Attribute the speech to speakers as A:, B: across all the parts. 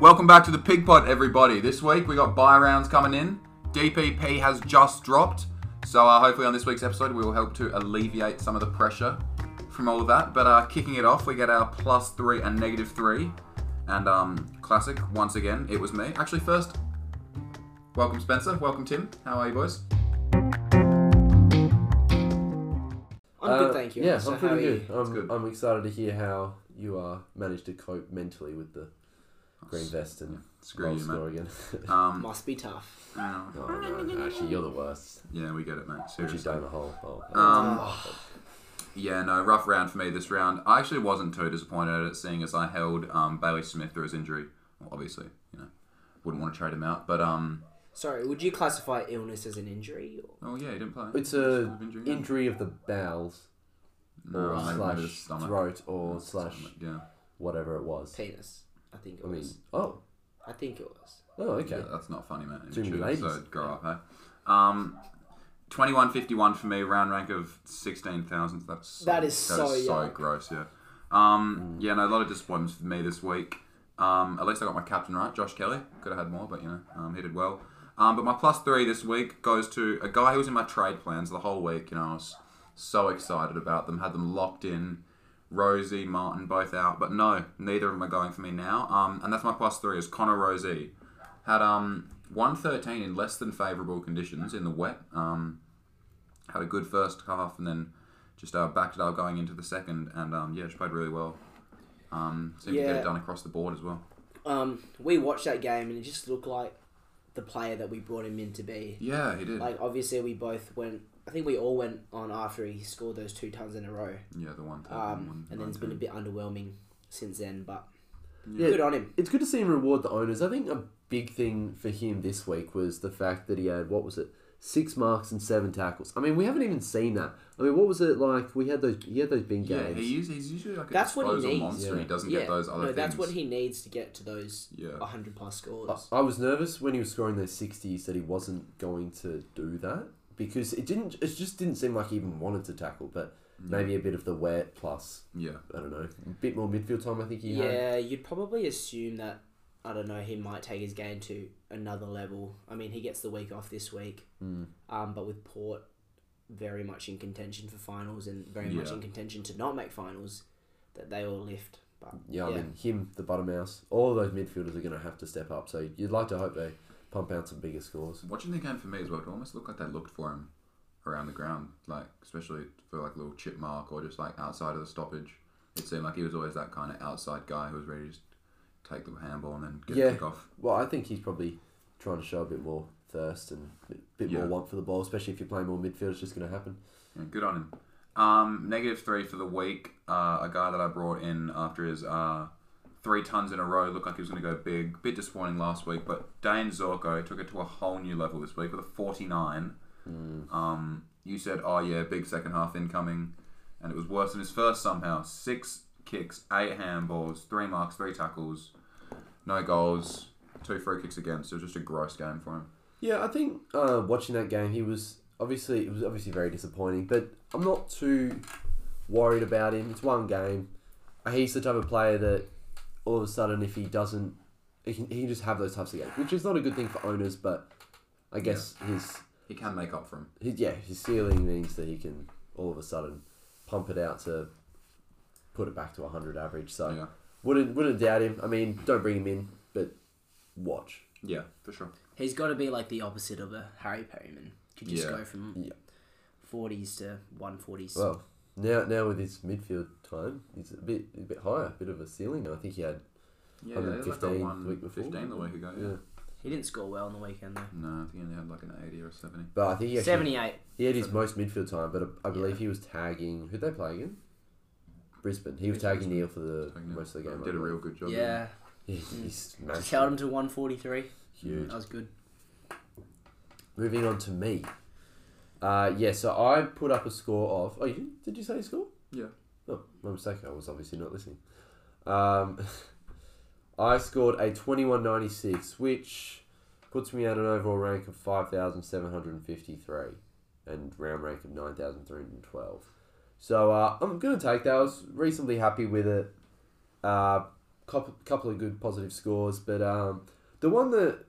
A: Welcome back to the Pig Pot, everybody. This week we got buy rounds coming in. DPP has just dropped, so uh, hopefully on this week's episode we will help to alleviate some of the pressure from all of that. But uh, kicking it off, we get our plus three and negative three, and um, classic once again. It was me. Actually, first, welcome Spencer. Welcome Tim. How are you boys?
B: I'm
C: Uh,
B: good, thank you.
C: Yeah,
B: So
C: I'm
B: how
C: pretty
B: are you?
C: good. I'm,
A: good.
C: I'm excited to hear how you uh, managed to cope mentally with the green vest and
A: Screw
C: goal
A: you,
C: score
A: man.
C: again.
A: Um,
B: Must be tough.
A: oh,
C: oh, no, actually, you're the worst.
A: yeah, we get it, man.
C: Put you
A: Seriously.
C: down a hole. Oh,
A: Um,
B: Uh,
C: oh.
A: Yeah, no, rough round for me this round. I actually wasn't too disappointed at it, seeing as I held um, Bailey Smith through his injury. Well, obviously, you know, wouldn't want to trade him out, but um,
B: Sorry, would you classify illness as an injury? Or...
A: oh yeah, he didn't play.
C: it's
A: Sort
C: a
A: of injury, yeah.
C: injury of the bowels
A: No,
C: or
A: I think maybe the
C: slash
A: stomach.
C: throat or
A: Stomach,
C: slash
A: yeah.
C: whatever it was.
B: Penis. I think it
C: I mean,
B: was.
C: oh,
B: I think it was.
C: oh,
A: Yeah,
C: okay.
A: that's not funny, man.
C: Too many
A: Chew,
C: ladies.
A: So grow up, eh? Um, twenty-one fifty-one for me. Round rank of sixteen thousandth. That's so,
B: That is
A: so
B: so yuck.
A: gross. Yeah. Um, yeah, no, a lot of disappointments for me this week. Um, at least I got my captain right, Josh Kelly. Could have had more, but you know, um, he did well. Um, but my plus three this week goes to a guy who was in my trade plans the whole week. You know, I was so excited about them, had them locked in. Rosie, Martin, both out, but no, neither of them are going for me now. Um, and that's my plus three is Connor Rosie had um 113 in less than favourable conditions in the wet. Um, had a good first half and then just uh, backed it up going into the second. And um, yeah, she played really well. Um, seemed to get
B: Yeah.
A: it done across the board as well.
B: Um, we watched that game and it just looked like the player that we brought him in to be.
A: Yeah, he did.
B: Like obviously we both went. I think we all went on after he scored those two tons in a row.
A: yeah, the one.
B: Um, and then it's been a bit underwhelming since then. But
C: Yeah,
B: good on him.
C: it's good to see him reward the owners. I think a big thing for him this week was the fact that he had what was it, six marks and seven tackles. I mean, we haven't even seen that. I mean, what was it like? We had those. He had those big
A: Yeah,
C: games.
A: he usually, he's usually like a
B: That's what he
A: disposal
B: needs.
A: monster.
C: Yeah.
A: He doesn't
B: yeah,
A: get those other
B: no,
A: things.
B: that's what Oh, he needs to get to those
A: Yeah.
B: 100 plus scores.
C: I- I was nervous when he was scoring those sixties that he wasn't going to do that because it didn't. It just didn't seem like he even wanted to tackle. But
A: Mm.
C: maybe a bit of the wet plus
A: Yeah.
C: I don't know, a bit more midfield time. I think he had.
B: Yeah, you'd probably assume that I don't know. He might take his game to another level. I mean, he gets the week off this week,
C: Mm.
B: um, but with Port very much in contention for finals and very much
A: Yeah.
B: in contention to not make finals, that they all lift. But
C: Yeah, I mean him, the Buttermouse, all of those midfielders are going to have to step up. So you'd like to hope they pump out some bigger scores.
A: Watching the game for me as well, it almost looked like they looked for him around the ground, like especially for like a little chip mark or just like outside of the stoppage. It seemed like he was always that kind of outside guy who was ready to just take the handball and then get
C: Yeah.
A: the kick off.
C: Well, I think he's probably trying to show a bit more thirst and a bit
A: Yeah.
C: more want for the ball, especially if you're playing more midfield. It's just going to happen.
A: Yeah, good on him. Um, negative three for the week. Uh, a guy that I brought in after his uh, three tons in a row looked like he was going to go big. Bit disappointing last week, but Dane Zorko took it to a whole new level this week with a 49. Um, you said, oh yeah, big second half incoming, and it was worse than his first somehow. Six kicks, eight handballs, three marks, three tackles, no goals, two free kicks against. So it was just a gross game for him.
C: Yeah, I think uh, watching that game, he was obviously it was obviously very disappointing, but I'm not too worried about him. It's one game. He's the type of player that all of a sudden, if he doesn't, he can, he can just have those types of games, which is not a good thing for owners. But I guess his
A: He can make up for him.
C: his yeah, his ceiling means that he can all of a sudden pump it out to put it back to 100 average. So
A: Yeah.
C: wouldn't wouldn't doubt him. I mean, don't bring him in, but watch.
A: Yeah, for sure.
B: he's got to be like the opposite of a Harry Perryman. Could just
A: Yeah.
B: go from
C: Yeah.
B: 40s to 140s.
C: Well, now now with his midfield time, he's a bit a bit higher, a bit of a ceiling. I think he had
A: Yeah, they had like a
C: 115
A: one
C: week before.
A: fifteen the week ago. Oh, Yeah.
C: yeah.
B: he didn't score well on the weekend though.
A: No, I think he only had like an eighty or a seventy.
C: But I think he actually,
B: 78.
C: he had his most midfield time, but I, I believe he was tagging. Who'd they play again? Brisbane. He was tagging Neil for the
A: Taking it.
C: most of the game. I
A: Did a
C: believe.
A: real good job.
B: Yeah,
C: He, he smashed.
B: just held him
C: it.
B: to 143.
C: Huge.
B: That was good.
C: Moving on to me. Uh, yeah, so I put up a score of. Oh, you didn't- did you say score?
A: Yeah.
C: Oh, my mistake. I was obviously not listening. Um, I scored a 2196, which puts me at an overall rank of 5,753 and round rank of 9,312. So uh, I'm going to take that. I was reasonably happy with it. Uh, couple, couple of good positive scores, but um, the one that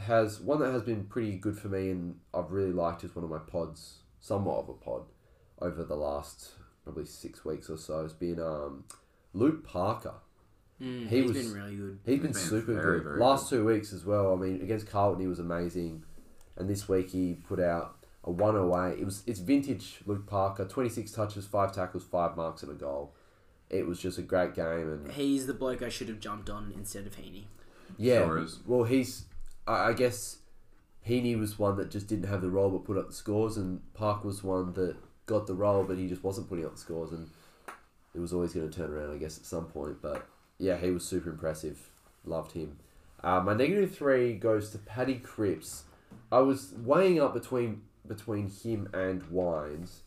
C: has one that has been pretty good for me and I've really liked is one of my pods, somewhat of a pod, over the last probably six weeks or so has been um, Luke Parker.
B: Mm,
C: He
B: he's
C: was-
B: been really good.
C: He's been,
A: been
C: super
A: very,
C: good.
A: very
C: Last two weeks as well. I mean, against Carlton, he was amazing, and this week he put out a 108. It was it's vintage Luke Parker. 26 touches, five tackles, five marks, and a goal. It was just a great game, and
B: He's the bloke I should have jumped on instead of Heaney.
C: yeah.
A: Sure is.
C: Well, he's I I guess Heaney was one that just didn't have the role but put up the scores, and Park was one that got the role but he just wasn't putting up the scores, and it was always going to turn around, I guess, at some point. But yeah, he was super impressive. Loved him. Uh, my negative three goes to Paddy Cripps. I was weighing up between between him and Wines,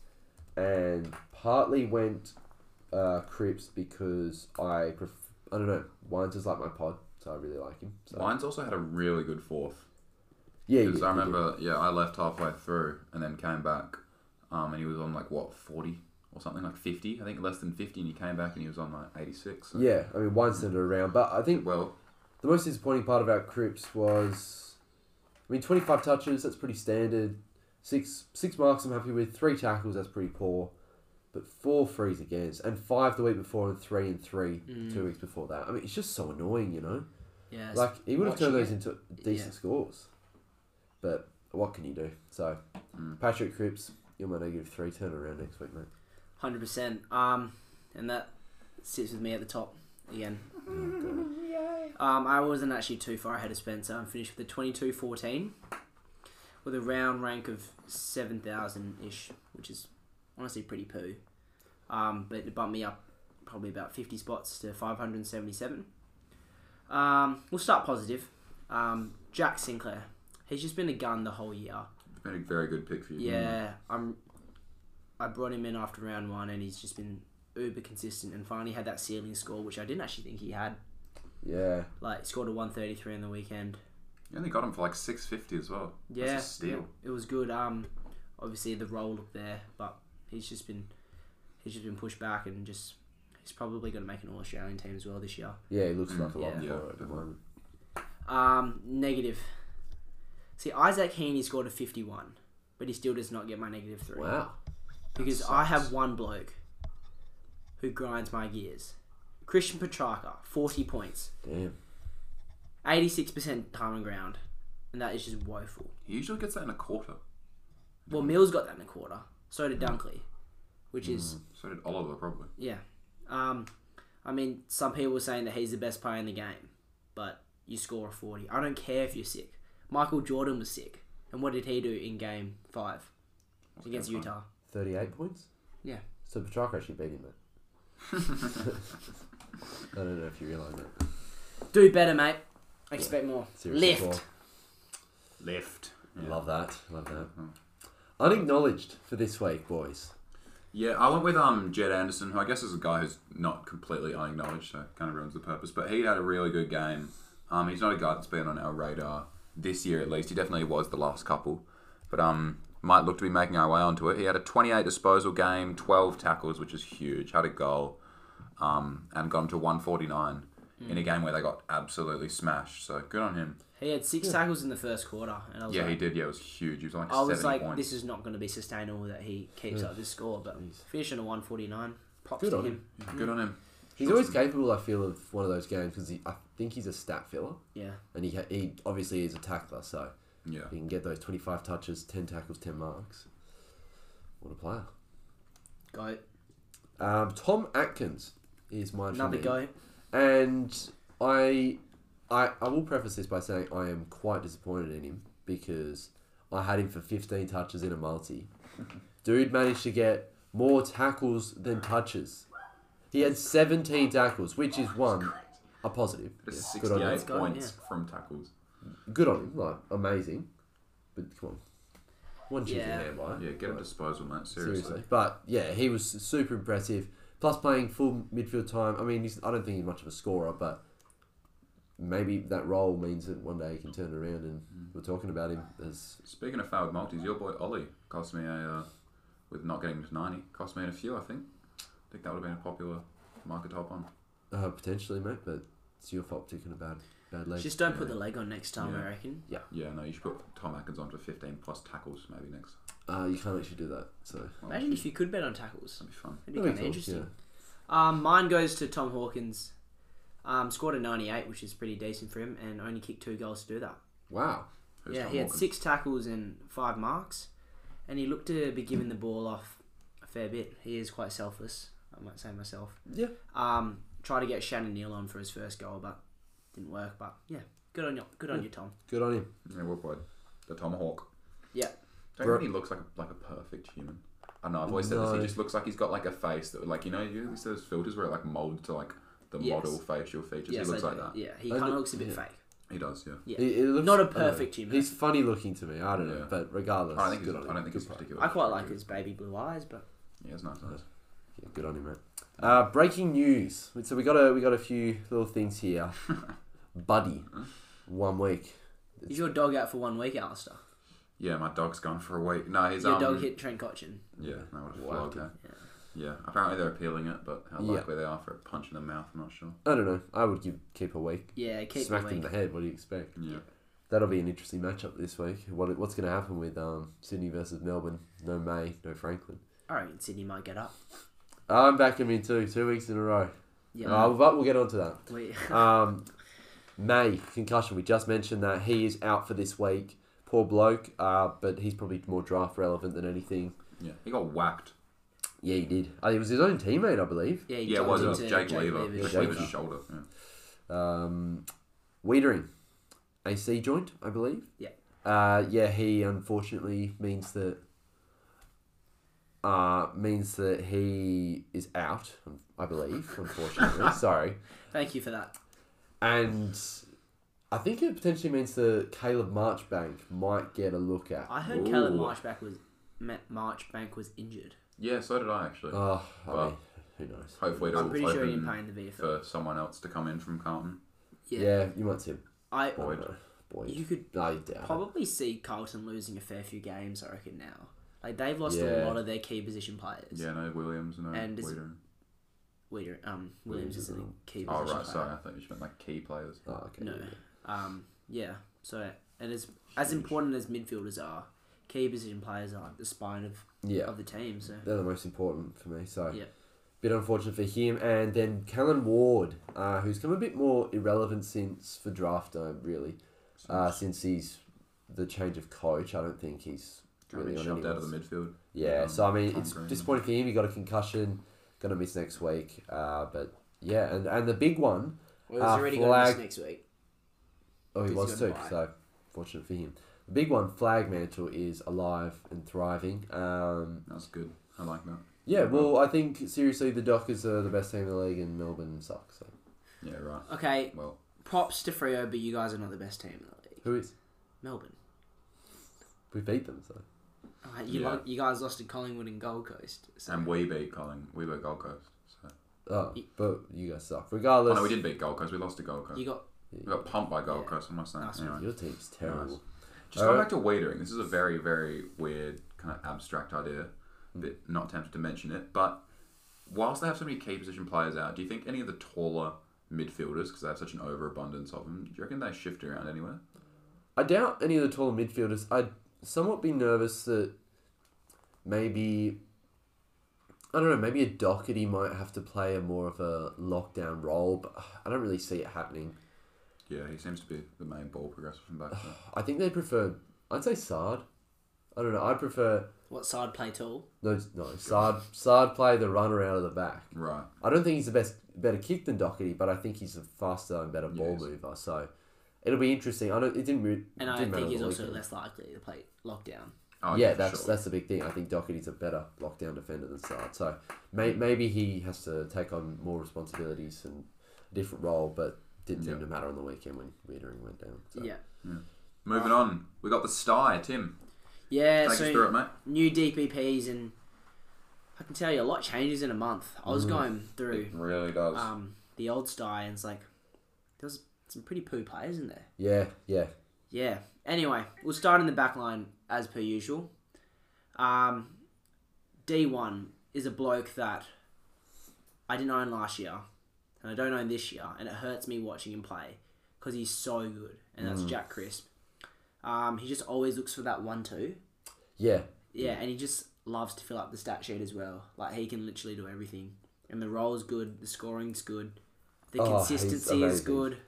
C: and partly went uh, Cripps because I pref- I don't know Wines is like my pod, so I really like him. So
A: Wines also had a really good fourth.
C: yeah, he
A: Because
C: did,
A: I
C: he did.
A: remember, yeah, I left halfway through and then came back, um, and he was on like what forty or something, like fifty, I think less than fifty, and he came back and he was on like eighty six. So.
C: Yeah, I mean Wines turned it around, but I think
A: Well,
C: the most disappointing part about Cripps was, I mean, twenty-five touches. That's pretty standard. Six six marks. I'm happy with three tackles. That's pretty poor, but four frees against and five the week before and three and three
B: Mm.
C: two weeks before that. I mean, it's just so annoying, you know.
B: Yeah, it's-
C: Like he would have turned
B: watching
C: those into decent
B: Yeah.
C: scores, but what can you do? So,
A: mm,
C: Patrick Cripps, you're my negative three. Turn around next week, mate.
B: Hundred percent. Um, and that sits with me at the top again. Um, I wasn't actually too far ahead of Spencer. I'm finished with a 22-14 with a round rank of seven thousand ish, which is honestly pretty poo. Um, but it bumped me up probably about fifty spots to five hundred and seventy-seven. Um, we'll start positive. Um, Jack Sinclair. He's just been a gun the whole year.
A: been a very good pick for you.
B: Yeah, I'm. I brought him in after round one, and he's just been uber consistent, and finally had that ceiling score, which I didn't actually think he had.
C: Yeah,
B: Like scored a one thirty three in the weekend.
A: You only got him for like six fifty as well.
B: Yeah,
A: That's a steal.
B: yeah, it was good. Um, obviously the role up there, but he's just been he's just been pushed back, and just he's probably going to make an All Australian team as well this year.
C: yeah, he looks like a lot
B: yeah.
C: for
A: Yeah,
C: it at the
A: definitely.
C: moment.
B: Um, negative. See, Isaac Heaney scored a fifty one, but he still does not get my negative three.
C: Wow.
B: because I have one bloke who grinds my gears. Christian Petrarca, 40 points,
C: Damn.
B: 86% time on ground, and that is just woeful.
A: He usually gets that in a quarter.
B: Well, Mills got that in a quarter, so did Dunkley, which is,
A: So did Oliver probably.
B: yeah. Um, I mean, some people were saying that he's the best player in the game, but you score a 40. I don't care if you're sick. Michael Jordan was sick, and what did he do in game five against
A: game
B: Utah?
C: Thirty-eight points.
B: Yeah.
C: So Petrarca actually beat him, mate. I don't know if you realise that.
B: Do better, mate. I expect more.
C: Seriously,
B: Lift.
C: Paul.
A: Left.
C: Love that. Love that. Unacknowledged for this week, boys.
A: Yeah, I went with um Jed Anderson, who I guess is a guy who's not completely unacknowledged, so kind of ruins the purpose. But he had a really good game. Um, he's not a guy that's been on our radar this year, at least. He definitely was the last couple, but um might look to be making our way onto it. He had a 28 disposal game, 12 tackles, which is huge. Had a goal, um, and gone to 149 in
B: Hmm.
A: a game where they got absolutely smashed. So good on him.
B: He had six tackles in the first quarter, and I was
A: Yeah,
B: like,
A: he did. Yeah, it was huge. He was on like
B: I
A: 70
B: was like,
A: points.
B: this is not going to be sustainable that he keeps up this score, but finishing a 149, props
C: Good
B: to
C: on
B: him.
C: him.
A: Good on him.
C: He's always capable, I feel, of one of those games because I think he's a stat filler,
B: Yeah,
C: and he ha- he obviously is a tackler, so
A: Yeah.
C: he can get those twenty-five touches, ten tackles, ten marks. What a player!
B: goat.
C: Um, Tom Atkins is my
B: Another goat.
C: and I, I, I will preface this by saying I am quite disappointed in him because I had him for 15 touches in a multi. Dude managed to get more tackles than touches. He had 17 tackles, which is one a positive. Yeah, good on him.
A: 68
B: Good on him,
A: points from tackles.
C: Good on him, like amazing. But come on, one chip
B: Yeah.
C: in there, right?
A: Yeah, get a disposal, mate. Seriously.
C: Seriously. But yeah, he was super impressive. Plus playing full midfield time. I mean, he's, I don't think he's much of a scorer, but maybe that role means that one day he can turn it around and
A: Mm.
C: we're talking about him as
A: Speaking of failed multis, your boy Ollie cost me a, uh, with not getting to 90, cost me a few, I think. I think that would have been a popular market to hop on.
C: Uh, potentially, mate, but it's your fault picking a bad, bad leg.
B: Just don't put the leg on next time,
A: Yeah.
B: I reckon.
A: Yeah, no, you should put Tom Atkins on for 15 plus tackles maybe next.
C: Uh, you can't actually do that, so.
A: Well,
B: Imagine if you could bet on tackles.
A: that'd be fun.
B: It'd be kind of interesting. Um, mine goes to Tom Hawkins. Um, scored a 98, which is pretty decent for him, and only kicked two goals to do that.
C: Wow.
A: Who's
B: yeah,
A: Tom
B: he had
A: Hawkins?
B: six tackles and five marks, and he looked to be giving the ball off a fair bit. He is quite selfless, I might say myself.
C: Yeah.
B: Um, try to get Shannon Neal on for his first goal, but didn't work. But yeah, good on you, good on you, Tom.
C: Good on him.
A: Yeah, well played. The Tomahawk.
B: Yeah,
A: Don't you
C: Bro-
A: think he looks like a, like a perfect human? I don't know. I've always said this.
C: No.
A: He just looks like he's got like a face that, like, you know, you see those filters where it like molds to like the
B: Yes.
A: model facial features.
B: Yes,
A: he looks
B: I
A: like
B: do.
A: that.
B: Yeah, he
C: I
B: kind of
C: do-
B: looks a bit
C: yeah.
B: fake.
A: He does. Yeah.
B: Yeah,
C: He- he looks-
B: not a
C: I don't know.
B: perfect human.
C: He's funny looking to me. I don't know,
A: Yeah.
C: but regardless,
A: I don't think.
C: good
A: He's,
C: on
A: I
C: him.
A: don't think
C: good
A: he's
C: player.
A: particularly.
B: I quite like his baby blue eyes, but
A: Yeah, it's nice. nice.
C: Yeah, good on him, mate. Uh, breaking news. So we got a we got a few little things here. Buddy, one week.
B: is your dog out for one week, Alistair?
A: Yeah, my dog's gone for a week. No, he's
B: Your
A: um,
B: dog hit Trent Cotchin.
A: Yeah, no, what a
C: Wow.
A: flogged eh? Yeah, apparently they're appealing it, but how
C: Yeah.
A: likely they are for a punch in the mouth, I'm not sure.
C: I don't know. I would give keep a week.
B: Yeah, keep
C: Smacked
B: the
C: him in
B: week.
C: the head. What do you expect?
A: Yeah.
C: That'll be an interesting matchup this week. What what's going to happen with um, Sydney versus Melbourne? No May, no Franklin.
B: I reckon Sydney might get up.
C: I'm backing him in two two weeks in a row.
B: Yeah,
C: Uh, but we'll get on to that.
B: we,
C: Um, May concussion. We just mentioned that he is out for this week. Poor bloke. Uh, but he's probably more draft relevant than anything.
A: Yeah. He got whacked.
C: Yeah, he did. Uh, it was his own teammate, I believe.
B: yeah, he
A: Yeah, it
B: jumped
A: was, it was
B: into
A: Jake, Lever.
B: Lever's
A: Jake
C: Yeah,
A: Lever's
C: Lever.
A: shoulder. Yeah.
C: Um, Wiedering, AC joint, I believe.
B: Yeah.
C: Uh, yeah, he unfortunately means that. Uh, means that he is out. I believe, unfortunately. Sorry,
B: Thank you for that.
C: and I think it potentially means that Caleb Marchbank might get a look at.
B: I heard
A: Ooh.
B: Caleb Marchbank was Ma- Marchbank was injured.
A: Yeah, so did I actually.
C: Oh, I
A: Well,
C: mean, who knows?
A: Hopefully it'll
B: I'm pretty sure he didn't play
A: open
B: in the VFL.
A: for someone else to come in from Carlton.
B: yeah.
C: Yeah. you might see
B: I
A: Boyd.
C: Boyd.
B: you could
C: I doubt. it.
B: probably see Carlton losing a fair few games. I reckon now, like they've lost a
C: Yeah.
B: lot of their key position players.
A: Yeah, no Williams, no
B: And is-
A: Wiedering.
B: Wait, um, Williams
C: Williams
B: isn't a
C: isn't.
B: key
A: Oh
B: position
A: right,
B: player.
A: sorry, I thought you just meant like key players.
C: Oh, okay.
B: No. Um, yeah. So and as as important as midfielders are, key position players are the spine of,
C: Yeah,
B: of the team. So
C: they're the most important for me. So,
B: Yeah.
C: bit unfortunate for him. And then Callan Ward, uh, who's come a bit more irrelevant since for draft time, really, uh, since he's the change of coach. I don't think he's really
A: Really
C: on
A: shoved out of
C: anyone's-
A: the midfield.
C: Yeah,
A: Um,
C: so I mean,
A: Tom
C: it's
A: Green.
C: disappointing for him. He got a concussion, gonna miss next week. Uh, but yeah, and and the big one.
B: well,
A: Ah,
C: Uh,
B: already going
C: flag-
B: next week.
C: Oh, he
B: Because
C: was
B: he
C: too.
B: got a bye.
C: So fortunate for him. The big one, Flag Mantle, is alive and thriving. Um,
A: That's good. I like that.
C: yeah, well, I think seriously, the Dockers are the best team in the league, and Melbourne sucks. So.
A: Yeah, right.
B: Okay,
A: Well,
B: props to Freo, but you guys are not the best team in the league.
C: Who is?
B: Melbourne.
C: We beat them. So
B: Alright, you,
A: Yeah.
B: lo- you guys lost to Collingwood and Gold Coast. So.
A: and we beat Colling. We beat Gold Coast. So.
C: oh,
B: Ye-
C: but you guys suck.
A: Oh,
C: Regardless,
A: no, we did beat Gold Coast. We lost to Gold Coast.
B: you got
A: We got pumped by Gold
B: Yeah.
A: Coast. What am I saying?
B: Nice
A: Anyway.
C: your team's terrible.
A: Just going
C: Alright.
A: back to waitering, this is a very, very weird, kind of abstract idea. A bit not tempted to mention it, but whilst they have so many key position players out, do you think any of the taller midfielders, because they have such an overabundance of them, do you reckon they shift around anywhere?
C: I doubt any of the taller midfielders. I'd somewhat be nervous that maybe I don't know. Maybe a Doherty might have to play a more of a lockdown role, but I don't really see it happening.
A: Yeah, he seems to be the main ball progressor from back there.
C: I think they prefer. I'd say Sard. I don't know. I prefer
B: what side play tall?
C: no, no. Sard, Sard play the runner out of the back.
A: right.
C: I don't think he's the best, better kick than Doherty, but I think he's a faster and better ball
A: Yes.
C: mover. So it'll be interesting. I don't. It didn't. Re-
B: And
C: it
B: I
C: didn't matter
B: think he's
C: the
B: also
C: weekend.
B: less likely to play lockdown.
A: Oh,
C: yeah,
A: for
C: that's
A: sure.
C: that's the big thing. I think Doherty's a better lockdown defender than Sard. So may, maybe he has to take on more responsibilities and a different role, but didn't seem
A: Yeah.
C: to matter on the weekend when Wiedering went down. So.
B: Yeah.
A: Moving on, we got the Sty, Tim.
B: Yeah,
A: Take us through
B: so
A: it, mate.
B: new DPPs and I can tell you a lot changes in a month. I
A: Mm.
B: was going through
A: really does.
B: um, the old style and it's like there's some pretty poo players in there.
C: Yeah, yeah.
B: Yeah. Anyway, we'll start in the back line as per usual. Um, D1 is a bloke that I didn't own last year. and I don't own this year, and it hurts me watching him play because he's so good, and
A: Mm.
B: that's Jack Crisp. Um, he just always looks for that one two.
C: Yeah,
B: Yeah, and he just loves to fill up the stat sheet as well. Like he can literally do everything, and the role's good, the scoring's good, the
C: Oh, he's
B: consistency is
C: amazing.
B: good.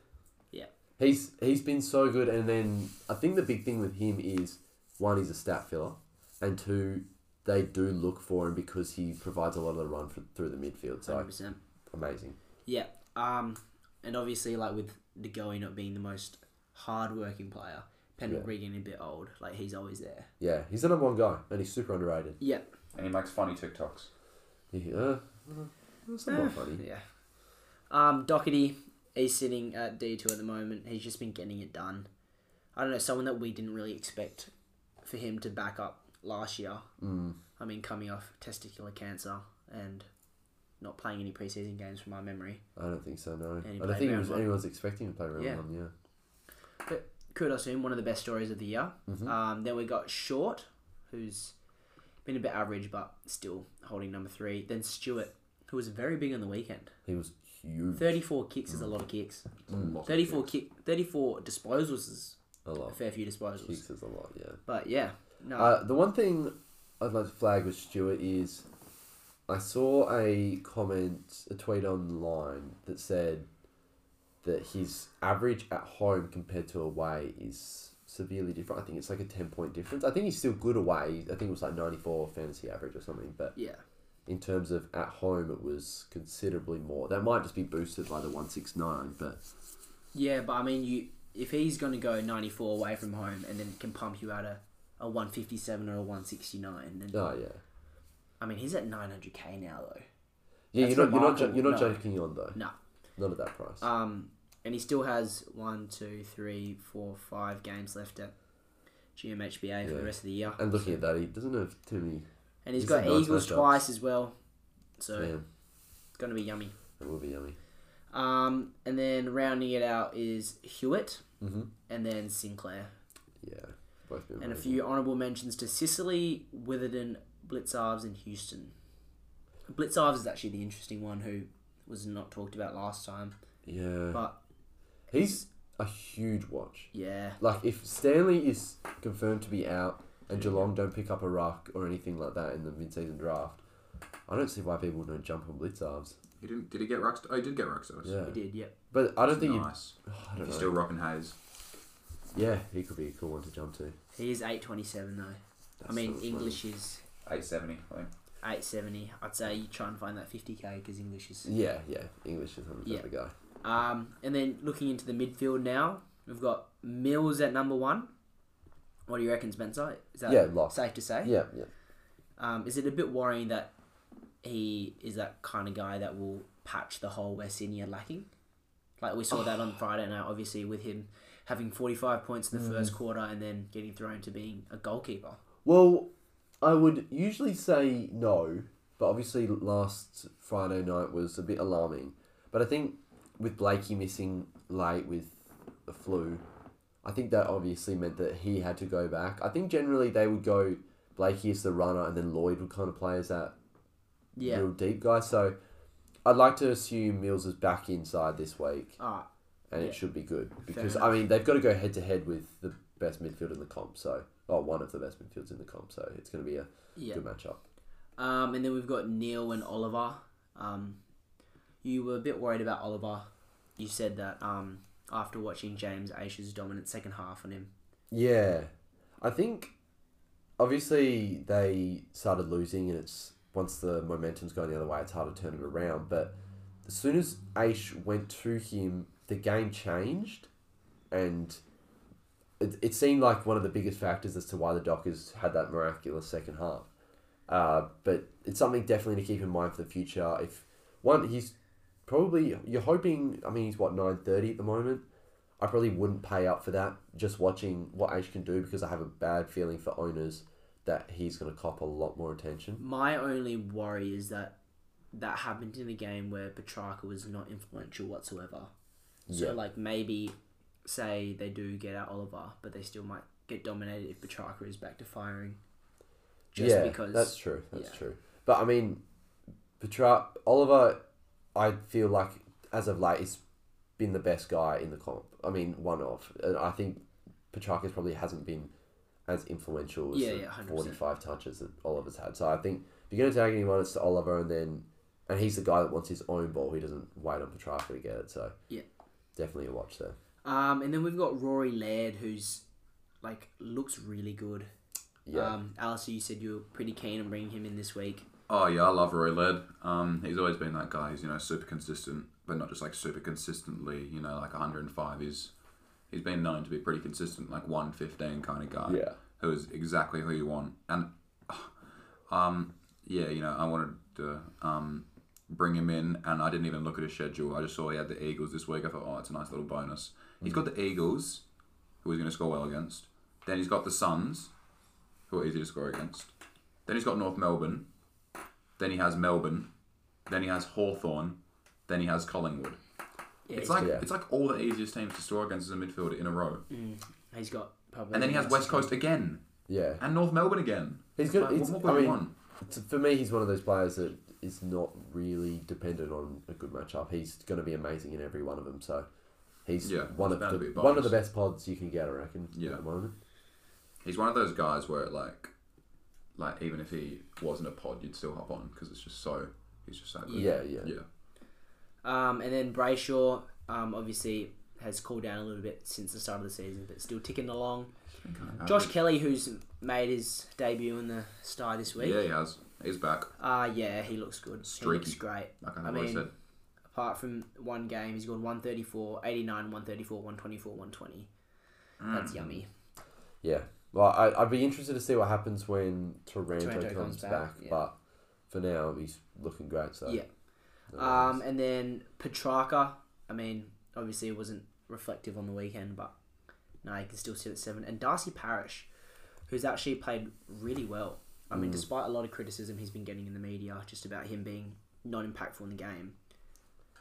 C: he's he's been so good, and then I think the big thing with him is one, he's a stat filler, and two, they do look for him because he provides a lot of the run for, through the midfield. So
B: Hundred percent.
C: amazing.
B: Yeah. Um, and obviously, like with De Goey not being the most hard-working player, Pendlebury getting a bit old, like he's always there.
C: Yeah, he's the number one guy, and he's super underrated.
B: Yeah.
A: And he makes funny TikToks.
C: He, uh, that's
B: Ah.
C: not funny.
B: Yeah. Um, Doherty, he's sitting at D two at the moment. He's just been getting it done. I don't know, someone that we didn't really expect for him to back up last year.
C: Mm.
B: I mean, coming off testicular cancer and not playing any preseason games from my memory.
C: I don't think so. No,
B: he
C: I
B: played
C: don't think it
B: round
C: was
B: one.
C: anyone's expecting to play round
B: Yeah.
C: one. Yeah,
B: Kudos to him, one of the best stories of the year. Um, then we got Short, who's been a bit average but still holding number three. Then Stewart, who was very big on the weekend.
C: he was huge.
B: 34 kicks is a lot of kicks. 34 kick, 34 disposals is
C: A
B: a
C: lot.
B: fair few disposals.
C: Kicks is a lot. Yeah.
B: But yeah, no,
C: Uh, the one thing I'd like to flag with Stuart is, I saw a comment, a tweet online that said that his average at home compared to away is severely different. I think it's like a ten point difference. I think he's still good away. I think it was like ninety four fantasy average or something, but.
B: yeah,
C: in terms of at home, it was considerably more. That might just be boosted by the one six nine, but
B: yeah. But I mean, you if he's going to go 94 away from home and then can pump you out a, a 157 or a 169, then
C: oh yeah,
B: I mean, he's at 900k now though.
C: yeah.
B: That's
C: you're not you're not, jo-
B: remarkable.
C: you're not
B: No.
C: joking on though.
B: No.
C: Not at that price.
B: Um, and he still has one, two, three, four, five games left at GMHBA for
C: Yeah.
B: the rest of the year.
C: and looking at that, he doesn't have too many.
B: And he's
C: He's
B: got
C: got nice
B: Eagles
C: matchups.
B: twice as well, so
C: Man,
B: it's gonna be yummy.
C: that will be yummy.
B: Um, and then rounding it out is Hewitt
C: Mm-hmm.
B: and then Sinclair,
C: Yeah, both been
B: and a
C: amazing.
B: few honourable mentions to Sicily, Witherden, Blitzarves, and Houston. Blitzarves is actually the interesting one who was not talked about last time,
C: Yeah,
B: but
C: he's a huge watch.
B: yeah,
C: Like if Stanley is confirmed to be out and Geelong don't pick up a ruck or anything like that in the mid-season draft, I don't see why people don't jump on Blitzarves.
A: He didn't. Did he get Ruxton? Oh, he did get Ruxton.
B: he
C: Yeah,
B: did. Yep.
C: but I don't think you.
A: nice.
C: I don't
A: He's
C: know.
A: still rocking Hayes.
C: Yeah, he could be a cool one to jump to.
B: He is eight twenty seven though. I
C: That's
B: mean,
C: sort of
B: English is
A: 870. I think.
B: 870. I'd say you try and find that 50k because English is.
C: funny. Yeah, yeah. English is
B: Yeah.
C: yeah. the guy.
B: Um, and then looking into the midfield now, we've got Mills at number one. What do you reckon, Spencer? Is that
C: Yeah, lock.
B: safe to say?
C: Yeah, yeah.
B: Um, is it a bit worrying that he is that kind of guy that will patch the whole West Sydney are lacking? Like we saw that on Friday night, obviously with him having 45 points in the first quarter and then getting thrown to being a goalkeeper.
C: Well, I would usually say no, but obviously last Friday night was a bit alarming. But I think with Blakey missing late with the flu, I think that obviously meant that he had to go back. I think generally they would go Blakey as the runner and then Lloyd would kind of play as that
B: Yeah.
C: real deep guy. So I'd like to assume Mills is back inside this week.
B: All right.
C: and
B: Yeah.
C: it should be good because
B: enough.
C: I mean they've got to go head to head with the best midfield in the comp. So, oh, one of the best midfields in the comp. So it's going to be a
B: Yeah.
C: good matchup.
B: Um, and then we've got Neil and Oliver. Um, you were a bit worried about Oliver. You said that um, after watching James Aish's dominant second half on him.
C: Yeah, I think obviously they started losing, and it's once the momentum's going the other way, it's hard to turn it around. But as soon as Aish went to him, the game changed, and it, it seemed like one of the biggest factors as to why the Dockers had that miraculous second half. Uh, but it's something definitely to keep in mind for the future. If one, he's probably you're hoping. I mean, he's what nine thirty at the moment. I probably wouldn't pay up for that. Just watching what H can do because I have a bad feeling for owners that he's going to cop a lot more attention.
B: My only worry is that that happened in a game where Petrarca was not influential whatsoever. So,
C: Yeah.
B: like, maybe say they do get out Oliver, but they still might get dominated if Petrarca is back to firing. Just
C: yeah,
B: because.
C: that's true. That's
B: yeah.
C: true. But I mean, Petra Oliver, I feel like as of late, it's been the best guy in the comp. I mean, one of. And I think Petrarca's probably hasn't been as influential as
B: Yeah,
C: the
B: yeah, 100%.
C: 45 touches that Oliver's had. So I think if you're going to tag anyone, it's to Oliver, and then. And he's the guy that wants his own ball. He doesn't wait on Petrarca to get it. So
B: Yeah.
C: definitely a watch there.
B: Um, and then we've got Rory Laird, who's like looks really good.
C: Yeah.
B: Um, Alistair, you said you were pretty keen on bringing him in this week.
A: Oh yeah, I love Roy Led. Um, he's always been that guy who's you know super consistent, but not just like super consistently. You know, like 105 is. He's been known to be pretty consistent, like 115 kind of
B: Um,
A: guy.
C: Yeah.
A: Who is exactly who you want, and um, yeah, you know, I wanted to um bring him in, and I didn't even look at his schedule. I just saw he had the Eagles this week. I thought, oh, it's a nice little bonus. He's got the Eagles, who he's going to score well against. Then he's got the Suns, who are easy to score against. Then he's got North Melbourne. Then he has Melbourne. Then he has Hawthorn. Then he has Collingwood.
B: Yeah,
A: It's
B: he's-
A: like
C: yeah.
A: it's like all the easiest teams to score against as a midfielder in a row.
B: Mm, he's got probably.
A: And then he has West Coast again
C: yeah.
A: and North Melbourne again.
C: He's
A: It's
C: good.
A: like,
C: it's,
A: what
C: I
A: more do you
C: mean,
A: want?
C: t- for me, he's one of those players that is not really dependent on a good matchup. He's going to be amazing in every one of them. So he's
A: Yeah,
C: one
A: it's bound
C: of the
A: to be a bonus.
C: one of the best pods you can get, I reckon.
A: Yeah.
C: At the moment.
A: He's one of those guys where like, like even if he wasn't a pod, you'd still hop on because it's just so he's just so good.
C: Yeah, yeah.
A: yeah.
B: Um, and then Brayshaw, um, obviously has cooled down a little bit since the start of the season, but still ticking along. Josh Kelly, who's made his debut in the Star this week.
A: Yeah, he has. He's back.
B: Uh, yeah, he looks good.
A: Streaky.
B: He looks great.
A: Like I,
B: I
A: have already
B: mean-
A: said.
B: Apart from one game, he's gone 134, 89, 134, 124, 120.
A: Mm.
B: That's
A: Hmm.
B: yummy.
C: Yeah. Well, I, I'd be interested to see what happens when Toronto,
B: Taranto
C: comes,
B: comes
C: back,
B: back, yeah.
C: but for now, he's looking great. So
B: Yeah.
C: no
B: Um,
C: worries.
B: and then Petrarca. I mean, obviously it wasn't reflective on the weekend, but no, he can still sit at seven. And Darcy Parish, who's actually played really well. I
C: Mm.
B: mean, despite a lot of criticism he's been getting in the media just about him being not impactful in the game,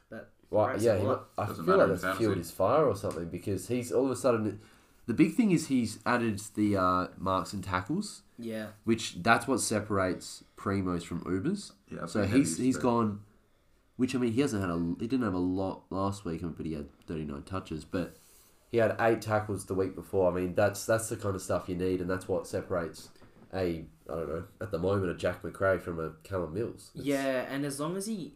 B: but
C: Well,
B: Rats
C: yeah,
B: are
C: he
B: all
C: might,
B: up.
C: I
A: Doesn't matter
C: feel like
A: in
C: that's
A: fantasy.
C: fueled his fire or something because he's all of a sudden. The big thing is he's added the uh, marks and tackles,
B: yeah,
C: which that's what separates primos from ubers.
A: Yeah, I've
C: so
A: been
C: he's
A: heavy,
C: he's
A: but-
C: gone. Which I mean, he hasn't had a he didn't have a lot last week, but he had thirty nine touches. But he had eight tackles the week before. I mean, that's that's the kind of stuff you need, and that's what separates a I don't know at the moment a Jack McRae from a Callum Mills. It's-
B: yeah. And as long as he,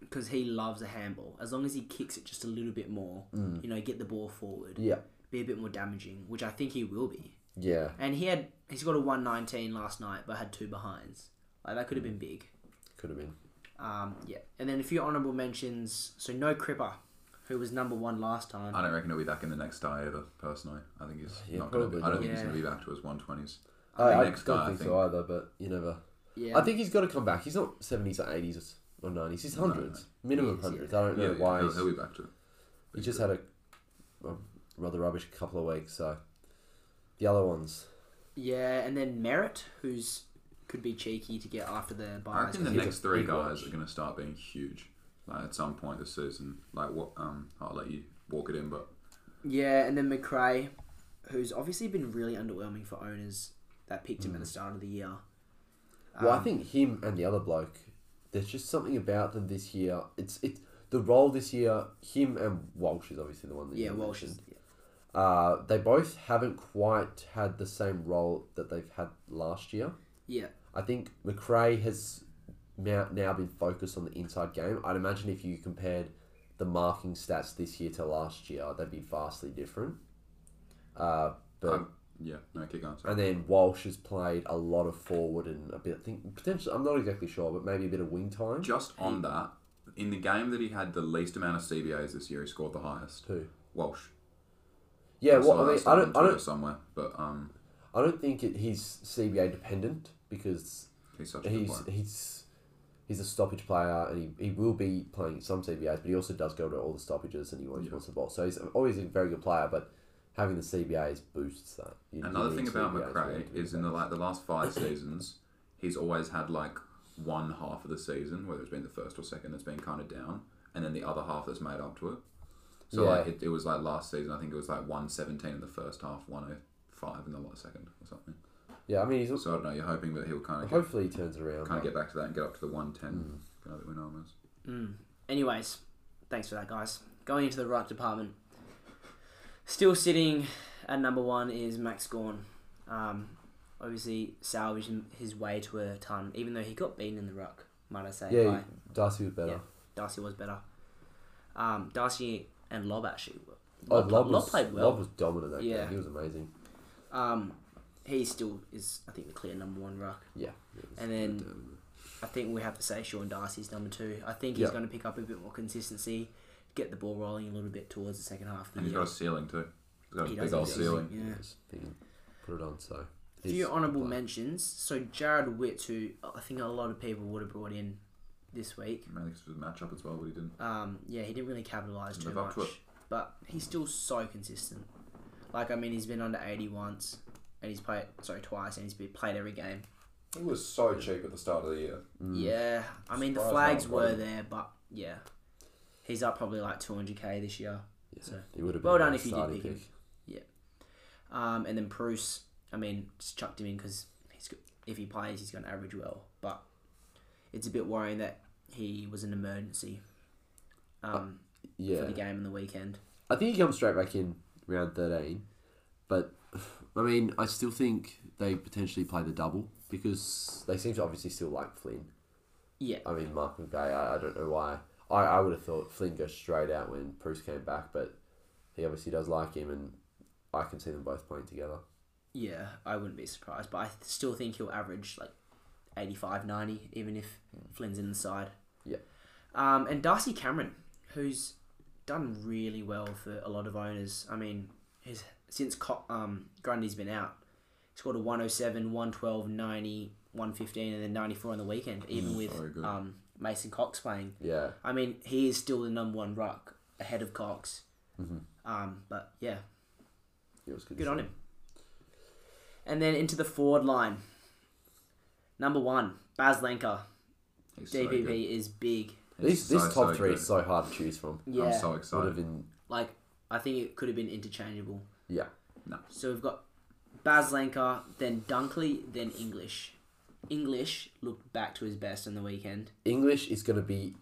B: because he loves a handball, as long as he kicks it just a little bit more,
C: Mm.
B: you know, get the ball forward,
C: yeah,
B: be a bit more damaging, which I think he will be.
C: yeah.
B: And he had he's got a one nineteen last night, but had two behinds. Like that could
C: Mm.
B: have been big.
C: Could have been.
B: Um, yeah. And then a few honourable mentions. So no Cripper, who was number one last time.
A: I don't reckon he'll be back in the next guy either. Personally, I think he's
C: Yeah,
A: not going to. Be, I don't
C: probably
A: think he's
B: not.
A: going to be back to his 120s.
C: I, I
A: next
C: don't
A: guy, I
C: think
A: think.
C: so either, but you never.
B: yeah.
C: I think he's got to come back. He's not seventies or eighties or nineties. He's
A: No, no.
C: hundreds, minimum
B: He is, yeah.
C: hundreds. I don't know
A: Yeah,
C: why.
A: yeah, he'll,
C: he's-
A: he'll be back to. it.
C: He just had a, a rather rubbish couple of weeks, so the other ones.
B: yeah. And then Merritt, who's could be cheeky to get after the
A: I
B: bye.
A: reckon the
C: He's a
A: next three
C: big
A: guys
C: watch.
A: are going to start being huge. Like at some point this season. Like what? Um, I'll let you walk it in, but
B: Yeah, and then McRae, who's obviously been really underwhelming for owners that picked him at the start of the year.
C: Mm.
B: Um,
C: well, I think him and the other bloke. There's just something about them this year. It's it's the role this year. Him and Walsh is obviously the one that
B: Yeah,
C: you
B: Welsh is
C: mentioned. Uh, they both haven't quite had the same role that they've had last year.
B: yeah.
C: I think McRae has now, now been focused on the inside game. I'd imagine if you compared the marking stats this year to last year, they'd be vastly different. Uh, but
A: um, yeah, no, keep going. sorry.
C: and then Walsh has played a lot of forward and a bit. I think potentially, I'm not exactly sure, but maybe a bit of wing time.
A: Just on that, in the game that he had the least amount of CBAs this year, he scored the highest.
C: Who?
A: Walsh.
C: Yeah, well,
A: saw
C: I mean,
A: that
C: I
A: stat on
C: don't, I
A: Twitter
C: don't,
A: somewhere, but um,
C: I don't think it, he's CBA dependent because
A: he's such a good
C: he's
A: player.
C: he's he's a stoppage player and he, he will be playing some CBAs, but he also does go to all the stoppages and he always
A: Yeah.
C: wants the ball. So he's always a very good player, but having the CBAs boosts that. You- you
A: Another
C: need
A: thing about
C: CBAs really
A: McRae
C: to
A: is
C: do
A: in the
C: that.
A: like the last five seasons, he's always had like one half of the season, whether it's been the first or second, that's been kind of down, and then the other half that's made up to it. So
C: Yeah.
A: like it, it was like last season, I think it was like one seventeen in the first half, one oh five in the last second or something.
C: Yeah, I mean, he's also,
A: So I don't know. You're hoping that he'll kind of get,
C: hopefully he turns it around.
A: kind of
C: but-
A: get back to that and get up to the one ten. Kind of win almost.
B: Mm. Anyways, thanks for that, guys. Going into the ruck department, still sitting at number one is Max Gorn. Um, obviously, salvaged him- his way to a ton, even though he got beaten in the ruck, might I say.
C: Yeah,
B: by-
C: Darcy was better.
B: Darcy was better. Um, Darcy and Lob actually. were-
C: Oh,
B: Lob,
C: Lob, was,
B: played well.
C: Lob was dominant that
B: Yeah.
C: game. He was amazing.
B: Um, he still is, I think, the clear number one ruck.
C: Yeah.
B: And then I think we have to say Sean Darcy's number two. I think he's
C: Yeah.
B: going to pick up a bit more consistency, get the ball rolling a little bit towards the second half of the
A: And he's
B: year.
A: got a ceiling too. He's got a
B: He does
A: big old
B: have a
A: ceiling.
B: Yeah.
C: Just thinking, put it on. So.
B: A few honourable mentions. So Jared Witt, who I think a lot of people would have brought in this week.
A: Mainly because of the matchup as well, but he didn't.
B: Um, yeah, he didn't really capitalise too
A: Live up
B: much,
A: to it.
B: but he's still so consistent. Like I mean, he's been under eighty once, and he's played sorry twice, and he's been, played every game.
A: He was so cheap at the start of the year.
B: Yeah, I mean the
A: Surprised
B: flags
A: not,
B: were
A: right?
B: there, but yeah, he's up probably like two hundred k this year.
C: Yeah.
B: So,
C: He would have been
B: well
C: a
B: done
C: nice
B: if you did
C: starting
B: pick him. Um, and then Bruce, I mean, just chucked him in because he's go- if he plays, he's going to average well. But it's a bit worrying that he was an emergency um, for
C: Yeah.
B: the game on the weekend.
C: I think he comes straight back in round 13. But, I mean, I still think they potentially play the double because they seem to obviously still like Flynn.
B: Yeah,
C: I mean, Mark McVay, I, I don't know why. I, I would have thought Flynn goes straight out when Bruce came back, but he obviously does like him, and I can see them both playing together.
B: yeah, I wouldn't be surprised, but I th- still think he'll average like 85, 90, even if
A: Hmm.
B: Flynn's in the side.
C: Yeah.
B: Um, and Darcy Cameron, who's done really well for a lot of owners. I mean, he's, since Co- um, Grundy's been out, he scored a 107, 112, 90, 115, and then 94 on the weekend, even
A: Mm, very
B: with
A: good.
B: um, Mason Cox playing.
C: Yeah.
B: I mean, he is still the number one ruck ahead of Cox.
A: Mm-hmm.
B: Um, but yeah,
C: It was good.
B: Good on him. And then into the forward line. Number one, Baz Lenka.
A: He's so
B: DPP
A: good.
B: is big.
C: This,
A: He's
C: this
A: so,
C: top
A: so
C: three
A: good.
C: is so hard to choose from.
B: Yeah.
A: I'm so
C: Would
A: excited.
C: have been,
B: Like, I think it could have been interchangeable.
C: yeah.
B: So we've got Baz Lenka, then Dunkley, then English. English looked back to his best on the weekend.
C: English is going to be.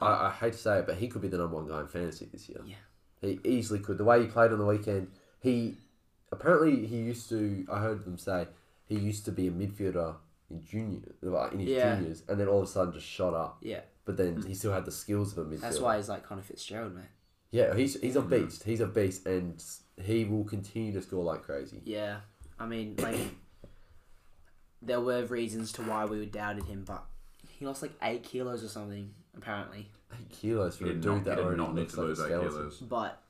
C: I, I hate to say it, but he could be the number one guy in fantasy this year.
B: Yeah.
C: He easily could. The way he played on the weekend, he apparently he used to. I heard them say he used to be a midfielder in junior, well, in his
B: Yeah.
C: juniors, and then all of a sudden just shot up.
B: Yeah,
C: But then he still had the skills of a midfielder.
B: that's why Mm. he's like Connor Fitzgerald, man.
C: Yeah, he's he's a beast. He's a beast, and he will continue to score like crazy.
B: Yeah, I mean, like, there were reasons to why we doubted him, but he lost like eight kilos or something, apparently.
C: Eight kilos
A: He
C: for a
A: did
C: dude
A: not, he
C: that
A: did
C: already
A: not need
C: looks
A: to
C: like a
A: lose eight
C: skeleton.
A: kilos.
B: But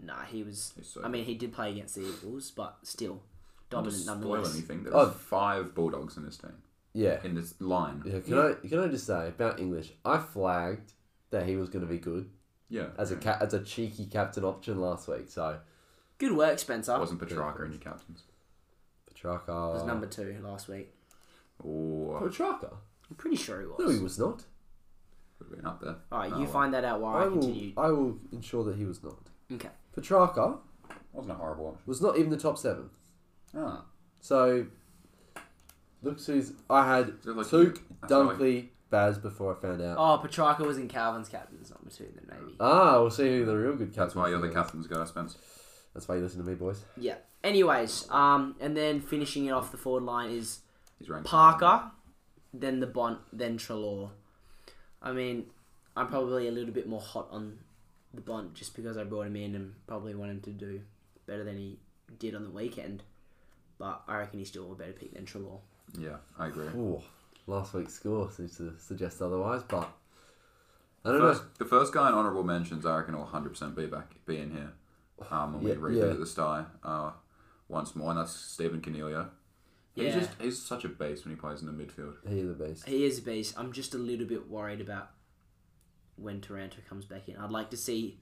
B: nah, he was.
A: He's so
B: I mean, he did play against the Eagles, but still
A: Not to
B: dominant
A: spoil
B: nonetheless.
A: anything. There
C: Oh.
A: was five Bulldogs in this team,
C: Yeah,
A: in this line.
C: Yeah, can I can I just say about English? I flagged that he was going to be good
A: Yeah.
C: as a
A: yeah.
C: ca- as a cheeky captain option last week. So
B: Good work, Spencer. Was
A: Wasn't uh, Petrarca in your captains?
C: Petrarca
B: number two last week.
A: Oh,
C: Petrarca.
B: I'm pretty sure he was.
C: No, he was not.
A: would have been up there.
B: All right,
A: Oh,
B: you
A: well.
B: find that out while
C: I
B: I,
C: will
B: continue.
C: I will ensure that he was not.
B: Okay.
C: Petrarca
A: Wasn't a horrible watch.
C: was not even the top seven.
A: Ah.
C: So looks who's I had
A: So, like,
C: Took
A: you- that's how I-
C: Dunkley Baz before I found out.
B: Oh, Petrarca was in Calvin's captain's number two, then maybe.
A: Uh,
C: Ah, we'll see who the real good captain.
A: That's why you're the captain's guy, Spence.
C: That's why you listen to me, boys.
B: yeah. Anyways, um, and then finishing it off the forward line is
A: He's ranked.
B: Parker, then the Bont, then Trelaw. I mean, I'm probably a little bit more hot on the Bont just because I brought him in and probably want him to do better than he did on the weekend. But I reckon he's still a better pick than Trelaw.
A: Yeah, I agree.
C: Ooh, last week's score seems to suggest otherwise, but I don't know.
A: First, the first guy in honourable mentions, I reckon, will 100% be back, be in here. Um, when we
C: Yeah,
A: revisit
C: yeah.
A: the sty uh, once more, and that's Stephen Cornelio. He's
B: Yeah.
A: just he's such a beast when he plays in the midfield.
C: He the beast.
B: He is a beast. I'm just a little bit worried about when Taranto comes back in. I'd like to see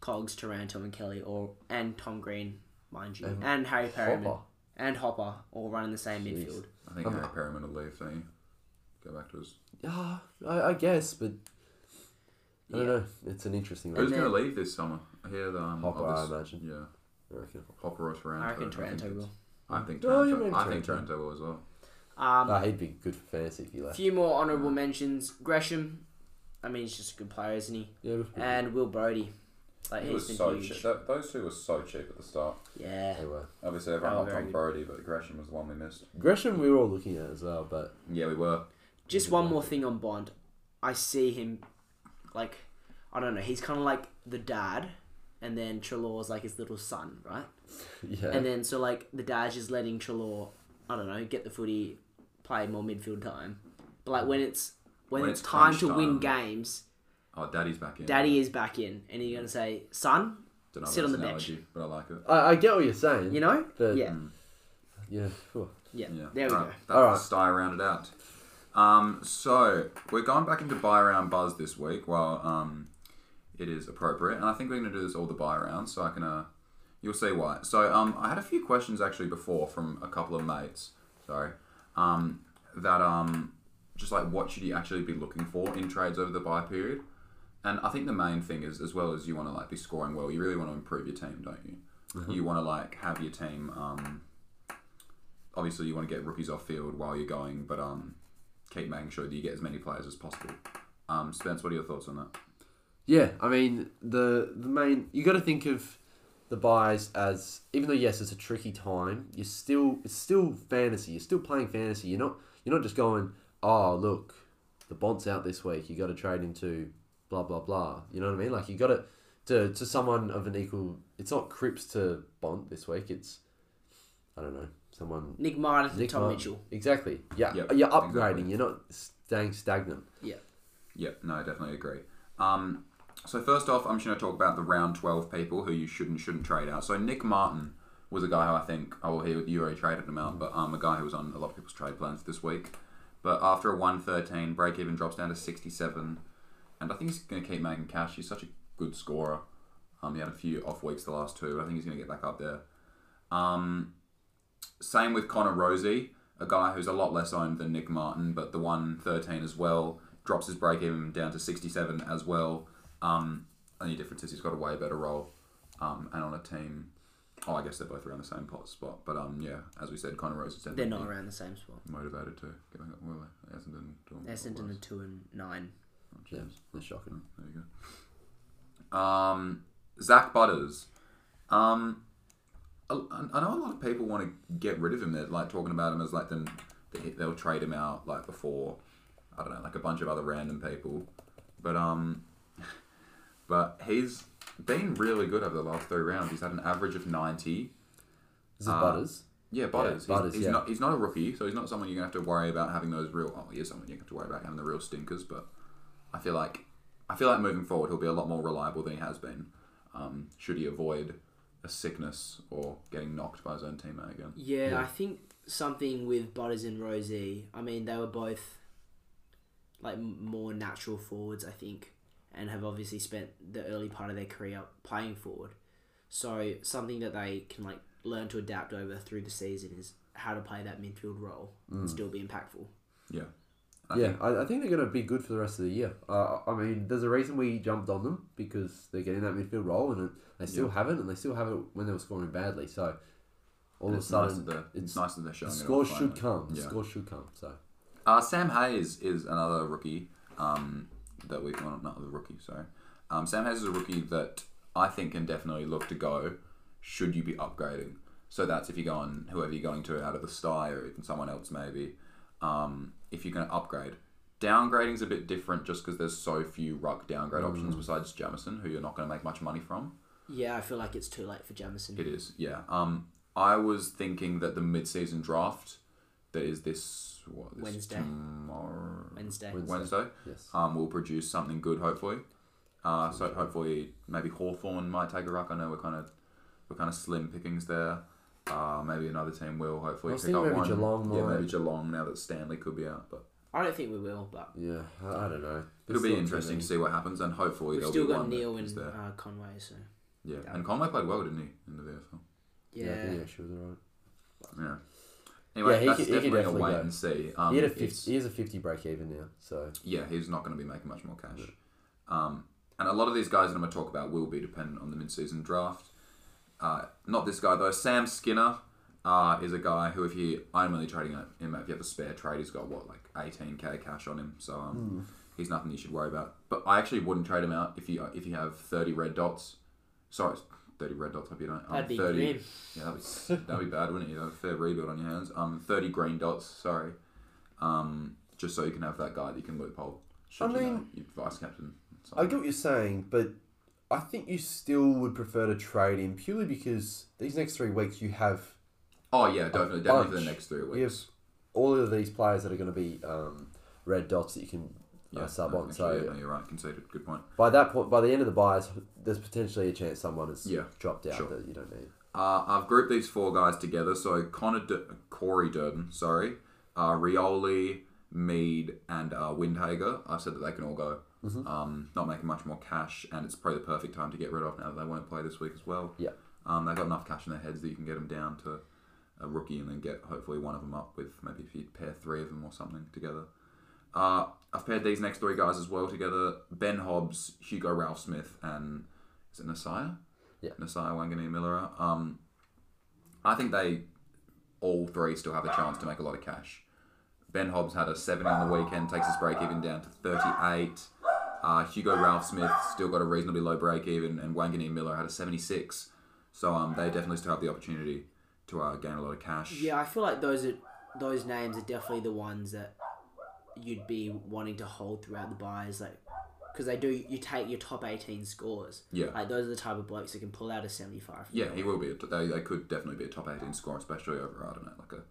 B: Cogs, Taranto, and Kelly, or and Tom Green, mind you, and, Harry Perryman
C: Hopper.
B: and Hopper all running the same midfield.
A: I think Harry Perriman will leave, don't you? Go back to his.
C: Yeah, I, I guess, but I don't
B: Yeah.
C: know. It's an interesting one.
A: Who's going to
B: then-
A: leave this summer? I hear the um,
C: Hopper,
A: others-
C: I imagine.
A: Yeah,
C: I reckon.
A: Hopper or Taranto.
B: I reckon Taranto
A: think
B: will.
A: it's- I think
C: Oh, you
A: Taranto.
C: mean
A: I think
C: Taranto.
A: Taranto will as well.
B: Um,
C: Ah, he'd be good for fantasy if he left.
B: few more honourable mentions. Gresham, I mean, he's just a good player, isn't he?
C: Yeah, it was pretty
B: And Will Brody, like
A: It
B: he's
A: was
B: been
A: so
B: huge.
A: cheap. That, those two were so cheap at the start.
B: Yeah,
C: good. They were.
A: Obviously,
B: Oh,
A: everyone hopped
B: very
A: on
B: good.
A: Brody, but Gresham was the one we missed.
C: Gresham, we were all looking at as well, but
A: Yeah, we were.
B: Just one more thing on Bond. I see him, like, I don't know. He's kind of like the dad, and then Trelawn's like his little son, right?
C: yeah,
B: And then so like the dad's just letting Trelaw, I don't know, get the footy, play more midfield time. But like when it's when,
A: When
B: it's,
A: it's
B: time
A: crunch
B: to win
A: time.
B: games,
A: Oh, Daddy's back in.
B: Daddy is back in, and he's gonna say, "Son,
A: Don't know if
B: sit on
A: that's
B: the
A: an
B: bench.
A: analogy, But I like it.
C: I, I get what you're saying.
B: you know,
C: but
B: yeah,
C: yeah, phew.
B: yeah,
A: Yeah.
B: There we
A: All
B: go.
A: right. That's
C: All
A: the
C: right.
A: style rounded out. Um, so we're going back into buy round buzz this week. Well, um, it is appropriate, and I think we're going to do this all the buy rounds. So I can, uh, you'll see why. So um, I had a few questions actually before from a couple of mates. Sorry, um, that um, just like what should you actually be looking for in trades over the buy period? And I think the main thing is, as well as you want to like be scoring well, you really want to improve your team, don't you? You want to like have your team. Um, obviously, you want to get rookies off field while you're going, but um, keep making sure that you get as many players as possible. Um, Spence, what are your thoughts on that?
C: Yeah, I mean the the main you got to think of the buys as even though yes it's a tricky time you're still it's still fantasy you're still playing fantasy you're not you're not just going oh look the bond's out this week you got to trade into blah blah blah you know what I mean like you got to to to someone of an equal it's not Crips to Bond this week it's I don't know someone
B: Nick Martin, to
C: Nick
B: Tom
C: Martin.
B: Mitchell.
C: exactly yeah
A: Yep,
C: you're upgrading
A: exactly.
C: you're not staying stagnant
B: Yeah,
A: Yep, no, I definitely agree. Um, so first off, I'm just going to talk about the round 12 people who you should and shouldn't trade out. So Nick Martin was a guy who I think, oh, well, he, you already traded him out, but um, a guy who was on a lot of people's trade plans this week. But after a 113, break even drops down to 67. And I think he's going to keep making cash. He's such a good scorer. Um, he had a few off weeks the last two. I think he's going to get back up there. Um, same with Connor Rosie, a guy who's a lot less owned than Nick Martin, but the 113 as well drops his break even down to 67 as well. Um, only difference is he's got a way better role um, and on a team. Oh, I guess they're both around the same pot spot, but um, yeah, as we said, Connor Rosie's
B: they're
A: definitely
B: not around the same spot.
A: motivated to get back up. Well, Essendon, doing
B: Essendon are two and nine.
C: yeah that's shocking
A: there you go. Um, Zach Butters. Um, I, I know a lot of people want to get rid of him. They're like talking about him as like then they- they'll trade him out like before. I don't know, like a bunch of other random people, but um, but he's been really good over the last three rounds. He's had an average of ninety.
C: is it
A: Uh,
C: Butters
A: Yeah, Butters.
C: Butters,
A: he's, he's
C: yeah.
A: not he's not a rookie, so he's not someone you're gonna have to worry about having those real. Oh, he is someone you have to worry about having the real stinkers, but I feel like I feel like moving forward he'll be a lot more reliable than he has been. Um, should he avoid a sickness or getting knocked by his own teammate again?
B: Yeah, I think something with Butters and Rosie. I mean, they were both like m- more natural forwards, I think, and have obviously spent the early part of their career playing forward. So something that they can like learn to adapt over through the season is how to play that midfield role and still be impactful.
A: Yeah,
C: yeah, I, I think they're going to be good for the rest of the year. Uh, I mean, there's a reason we jumped on them because they're getting that midfield role, and it, they still have it, and they still have it when they were scoring badly. So all
A: And
C: of a
A: it's nice
C: sudden,
A: that they're-
C: it's,
A: it's nice that they're
C: the
A: showing. it
C: score
A: off
C: should
A: finally.
C: come. The
A: Yeah.
C: score should come. So
A: Uh, Sam Hayes is another rookie um, that we've well, not the rookie, sorry. Um, Sam Hayes is a rookie that I think can definitely look to go should you be upgrading. So that's if you're going, whoever you're going to out of the sty or even someone else maybe, um, if you're going to upgrade. Downgrading's a bit different just because there's so few ruck downgrade options besides Jamison, who you're not going to make much money from.
B: Yeah, I feel like it's too late for Jamison.
A: It is, yeah. Um, I was thinking that the mid-season draft that is this what this
B: Wednesday.
A: tomorrow
B: Wednesday.
C: Wednesday.
A: Wednesday
C: yes,
A: um, will produce something good, hopefully. Uh, so hopefully, maybe Hawthorn might take a ruck. I know we're kind of we're kind of slim pickings there. Uh, maybe another team will hopefully
C: I was
A: pick
C: thinking
A: up
C: maybe
A: one.
C: Geelong
A: yeah,
C: might.
A: maybe Geelong now that Stanley could be out, but
B: I don't think we will, but
C: yeah, I, I don't know.
A: it'll
C: There's
A: be
C: still
A: interesting to
C: something.
A: see what happens. And hopefully,
B: we've
A: there'll
B: still
A: be
B: got
A: one
B: Neil
A: that is
B: and
A: there.
B: uh, Conway. So
A: Yeah, and Conway played well, didn't he, in the VFL?
B: yeah,
C: I think, yeah, she was alright.
A: Yeah. Anyway,
C: Yeah, he
A: that's
C: could- he could
A: definitely,
C: definitely
A: a wait
C: go.
A: and see. Um,
C: he had a
A: it's-
C: 50, he has a fifty break even now. So
A: yeah, he's not going to be making much more cash. Um, and a lot of these guys that I'm going to talk about will be dependent on the mid-season draft. Uh, not this guy though. Sam Skinner uh, is a guy who, if you, I'm only trading him. If you have a spare trade, he's got what like 18k cash on him. So um, he's nothing you should worry about. But I actually wouldn't trade him out if you if you have thirty red dots. Sorry, thirty red dots. Hope you don't. Um,
B: That'd be
A: 30,
B: grim.
A: Yeah, that'd be that'd be bad, wouldn't it? You'd have a fair rebuild on your hands. Um, thirty green dots. Sorry. Um, just so you can have that guy that you can loophole. Should
C: I
A: you know,
C: mean-
A: your vice captain.
C: I get what you're saying, but I think you still would prefer to trade him purely because these next three weeks you have
A: Oh yeah, definitely, definitely for the
C: bunch.
A: next three
C: We have
A: weeks.
C: all of these players that are going to be um, red dots that you can uh,
A: Yeah,
C: sub
A: no,
C: on.
A: actually,
C: so
A: yeah, no, you're right. Conceded. Good point.
C: by that point, by the end of the buys, there's potentially a chance someone has
A: Yeah,
C: dropped out
A: sure.
C: that you don't need.
A: Uh, I've grouped these four guys together. So Connor, Dur- Corey Durden, sorry, uh, Rioli, Mead, and uh, Windhager. I've said that they can all go. Um, not making much more cash, and it's probably the perfect time to get rid of now that they won't play this week as well.
C: Yeah.
A: Um, they've got enough cash in their heads that you can get them down to a rookie and then get hopefully one of them up with maybe if you pair three of them or something together. Uh, I've paired these next three guys as well together Ben Hobbs, Hugo Ralph Smith, and is it Nasiah?
C: Yeah.
A: Nasiah Wangani Miller. Um, I think they all three still have a chance to make a lot of cash. Ben Hobbs had a 70 on the weekend, takes his break even down to 38. Uh, Hugo Ralph Smith still got a reasonably low break even, and Wangani Miller had a 76. So um, they definitely still have the opportunity to uh, gain a lot of cash.
B: Yeah, I feel like those are those names are definitely the ones that you'd be wanting to hold throughout the buys, like because they do. You take your top eighteen scores.
A: Yeah.
B: like those are the type of blokes that can pull out a seventy-five.
A: Yeah, he will be. a- They, they could definitely be a top 18 scorer, especially over, I don't know, like a,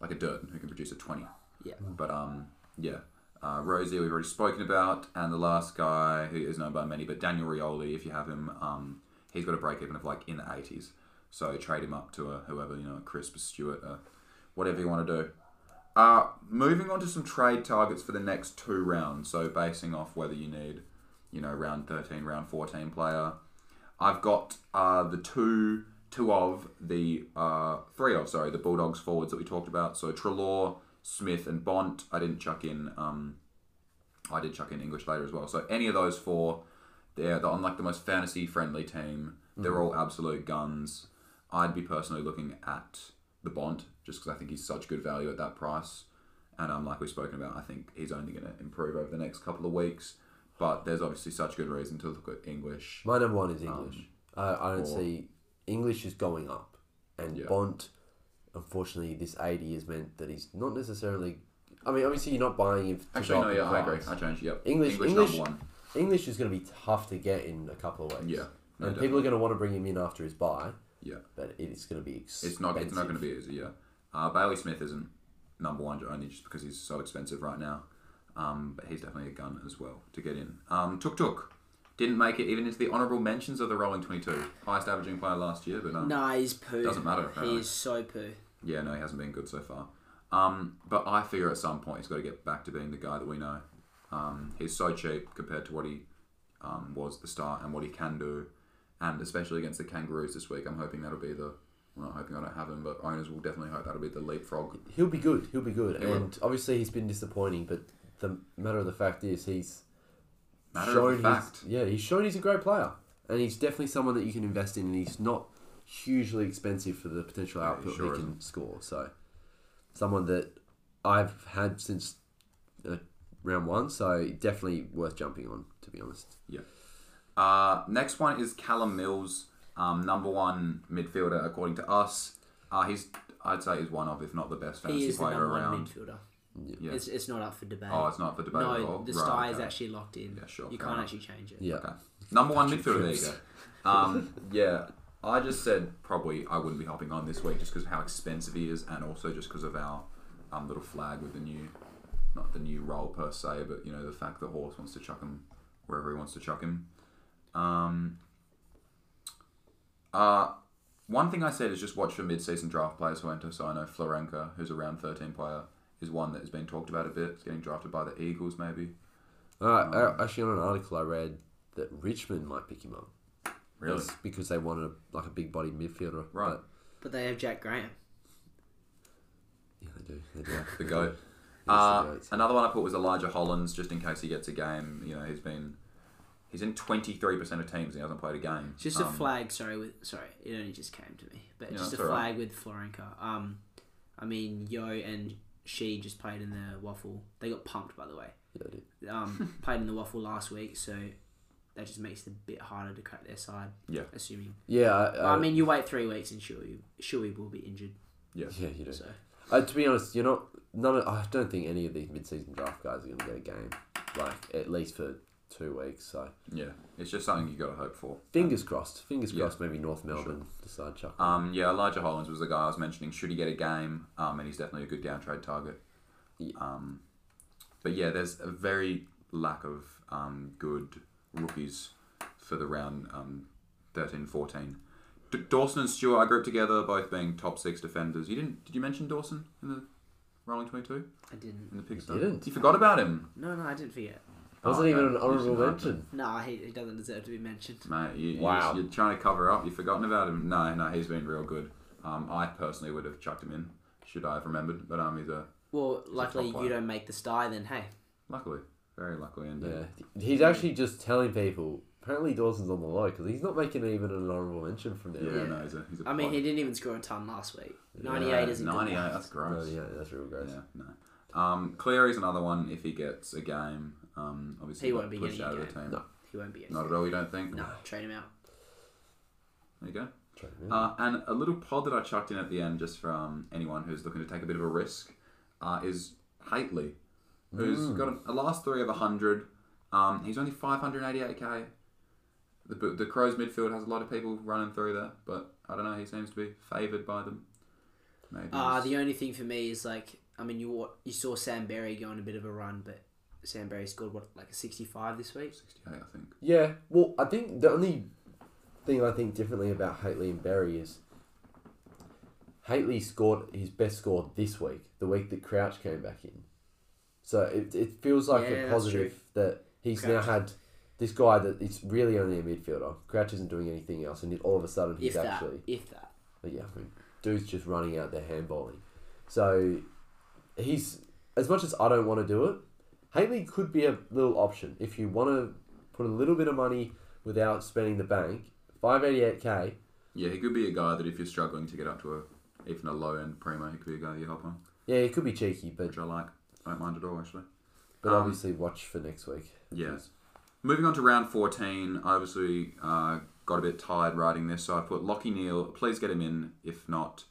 A: like a Durden who can produce a 20.
B: Yeah.
A: But um, yeah. Uh, Rosie, we've already spoken about. And the last guy who is known by many, but Daniel Rioli, if you have him, um, he's got a break even of like in the 80s. So trade him up to a, whoever, you know, a Crisp, a Stewart, uh, whatever you want to do. Uh, moving on to some trade targets for the next two rounds. So basing off whether you need, you know, round 13, round 14 player. I've got uh, the two two of the uh, three of sorry the Bulldogs forwards that we talked about. So Trelaw, Smith, and Bont. I didn't chuck in. Um, I did chuck in English later as well. So any of those four, they're, they're on like the most fantasy friendly team. They're
C: Mm.
A: all absolute guns. I'd be personally looking at the Bont just because I think he's such good value at that price. And um, like we've spoken about, I think he's only going to improve over the next couple of weeks. But there's obviously such good reason to look at English.
C: My number one is English.
A: Um,
C: I, I don't
A: or-
C: see English is going up, and
A: Yeah.
C: Bond. Unfortunately, this eighty has meant that he's not necessarily. I mean, obviously, you're not buying him. To
A: Actually,
C: go
A: no,
C: up in
A: yeah, I agree.
C: price.
A: I changed. Yep.
C: English-
A: English,
C: English-
A: number one.
C: English is going to be tough to get in a couple of weeks.
A: Yeah. No,
C: and people are going to want to bring him in after his buy,
A: Yeah.
C: but it is going to be expensive.
A: It's not. It's not going to be easy. Yeah. Uh, Bailey Smith isn't number one only just because he's so expensive right now. Um, but he's definitely a gun as well to get in. Um, Tuk Tuk didn't make it even into the honourable mentions of the Rolling Twenty Two. Highest averaging player last year, but um,
B: Nah, he's poo.
A: Doesn't matter, uh, apparently.
B: He's so poo.
A: yeah, no, he hasn't been good so far. Um, but I figure at some point he's got to get back to being the guy that we know. Um, he's so cheap compared to what he um, was at the start and what he can do, and especially against the Kangaroos this week. I'm hoping that'll be the. Well, not hoping I don't have him, but owners will definitely hope that'll be the leapfrog.
C: He'll be good. He'll be good.
A: will.
C: and obviously, he's been disappointing, but the matter of the fact is, he's
A: Matter
C: shown
A: of fact,
C: He's, yeah, he's shown he's a great player, and he's definitely someone that you can invest in, and he's not hugely expensive for the potential
A: he
C: output
A: sure
C: he can score. So, someone that I've had since uh, round one, so definitely worth jumping on. To be honest,
A: yeah. Uh, next one is Callum Mills, um, number one midfielder according to us. Uh, he's I'd say he's one of, if not the best
B: He
A: fantasy
B: is the
A: player
B: number one
A: around.
B: midfielder.
A: Yeah.
B: It's, it's not up for debate.
A: Oh, it's not for debate at all.
B: no, the
A: Right,
B: star is
A: okay.
B: actually locked in.
A: Yeah, sure,
B: You
A: fair
B: can't
A: enough.
B: actually change it.
C: yeah,
A: Okay. Number one
C: Patrick
A: midfielder. There you
C: Phillips.
A: go. Um, yeah, I just said probably I wouldn't be hopping on this week just because of how expensive he is, and also just because of our um, little flag with the new, not the new role per se, but you know the fact that horse wants to chuck him wherever he wants to chuck him. Um, uh, one thing I said is just watch for mid-season draft players who enter. So I know Florenka, who's a round 13 player, is one that has been talked about a bit. It's getting drafted by the Eagles, maybe.
C: Uh,
A: Um,
C: actually, on an article I read that Richmond might pick him up.
A: Really?
C: That's because they wanted a, like a big body midfielder.
A: Right.
C: But,
B: But they have Jack Graham.
C: yeah, they do. They do.
A: The goat.
C: Yes,
A: Uh,
C: the goats.
A: another one I put was Elijah Hollins, just in case he gets a game. You know, he's been he's in twenty three percent of teams and he hasn't played a game.
B: Just a
A: Um,
B: flag, sorry, with sorry, it only just came to me. But
A: Yeah,
B: just a
A: that's all right.
B: flag with Florenka. Um I mean Yo and she just played in the waffle. They got pumped by the way.
C: Yeah, they do.
B: um, played in the waffle last week, so that just makes it a bit harder to crack their side.
A: Yeah. Uh,
B: Assuming.
C: Yeah, I,
B: Well, I mean, you wait three weeks and Shui, Shui will be injured.
C: yeah, you do.
B: So
C: Uh, to be honest, you're not. None. Of, I don't think any of these mid-season draft guys are going to get a game, like at least for two weeks. So
A: Yeah, it's just something you got to hope for.
C: fingers crossed. Fingers
A: Uh, Yeah.
C: crossed. Maybe North Melbourne decide chuck.
A: Um, yeah, Elijah Hollins was the guy I was mentioning. Should he get a game? Um, and he's definitely a good down trade target.
C: Yeah.
A: Um, but yeah, there's a very lack of um, good rookies for the round um, 13 14. D- Dawson and Stewart, I grouped together, both being top six defenders. You didn't? Did you mention Dawson in the Rolling 22
B: I didn't.
A: in the pick
C: You
A: stuff?
C: didn't.
A: You forgot about him,
B: No, no, I didn't forget.
C: Wasn't
A: oh,
C: even
A: okay.
C: an honourable
A: He's not.
C: mention.
B: No, he, he doesn't deserve to be mentioned.
A: mate. You, you
C: Wow.
A: just- you're trying to cover up. You've forgotten about him. No, no, he's been real good. Um, I personally would have chucked him in should I have remembered, but um, he's a
B: Well,
A: top
B: luckily you
A: player.
B: don't make the star, then hey.
A: Luckily, very luckily indeed.
C: Yeah, he's actually just telling people. Apparently Dawson's on the low because he's not making even an honourable mention from there.
A: Yeah,
B: Yeah.
A: no, he's a, he's a
B: I mean,
A: plug.
B: he didn't even score a ton last week.
C: Yeah,
B: 98
A: Yeah,
B: isn't
A: 98,
B: 98.
A: that's gross.
C: yeah, that's real gross.
A: Yeah, no. Um, Cleary's another one if he gets a game. Um, obviously,
B: He
A: got
B: won't be
A: pushed
B: getting
A: out
B: a
A: of the
B: game.
A: team.
C: No.
B: He won't be.
A: Not at all, you don't think?
B: No, trade him out.
A: There you go.
C: Trade him in.
A: Uh, and a little pod that I chucked in at the end, just from anyone who's looking to take a bit of a risk, uh, is Haitley, who's got a, a last three of 100. Um, he's only 588k. The, Bu- the Crows midfield has a lot of people running through there, but I don't know, he seems to be favoured by them. Maybe.
B: Uh,
A: he's-
B: the only thing for me is like, I mean, you wa- you saw Sam Berry go on a bit of a run, but Sam Berry scored what like a sixty five this week.
A: 68, I think.
C: Yeah, well, I think the only thing I think differently about Haitley and Berry is Haitley scored his best score this week, the week that Crouch came back in. So it, it feels like
B: Yeah,
C: a
B: that's
C: positive that he's now
B: Crouch.
C: had this guy that it's really only a midfielder. Crouch isn't doing anything else, and it, all of a sudden he's
B: If that,
C: actually.
B: if that,
C: But yeah, I mean, dude's just running out there handballing. So he's as much as I don't want to do it. Haley could be a little option if you want to put a little bit of money without spending the bank. Five eighty eight k.
A: Yeah, he could be a guy that if you're struggling to get up to a even a low end primo, he could be a guy that you hop on,
C: Yeah, it could be cheeky, but
A: which I like. I don't mind at all actually.
C: but
A: Um,
C: obviously watch for next week.
A: Yeah. Moving on to round 14, I obviously uh, got a bit tired writing this, so I put Lockie Neal. Please get him in. If not,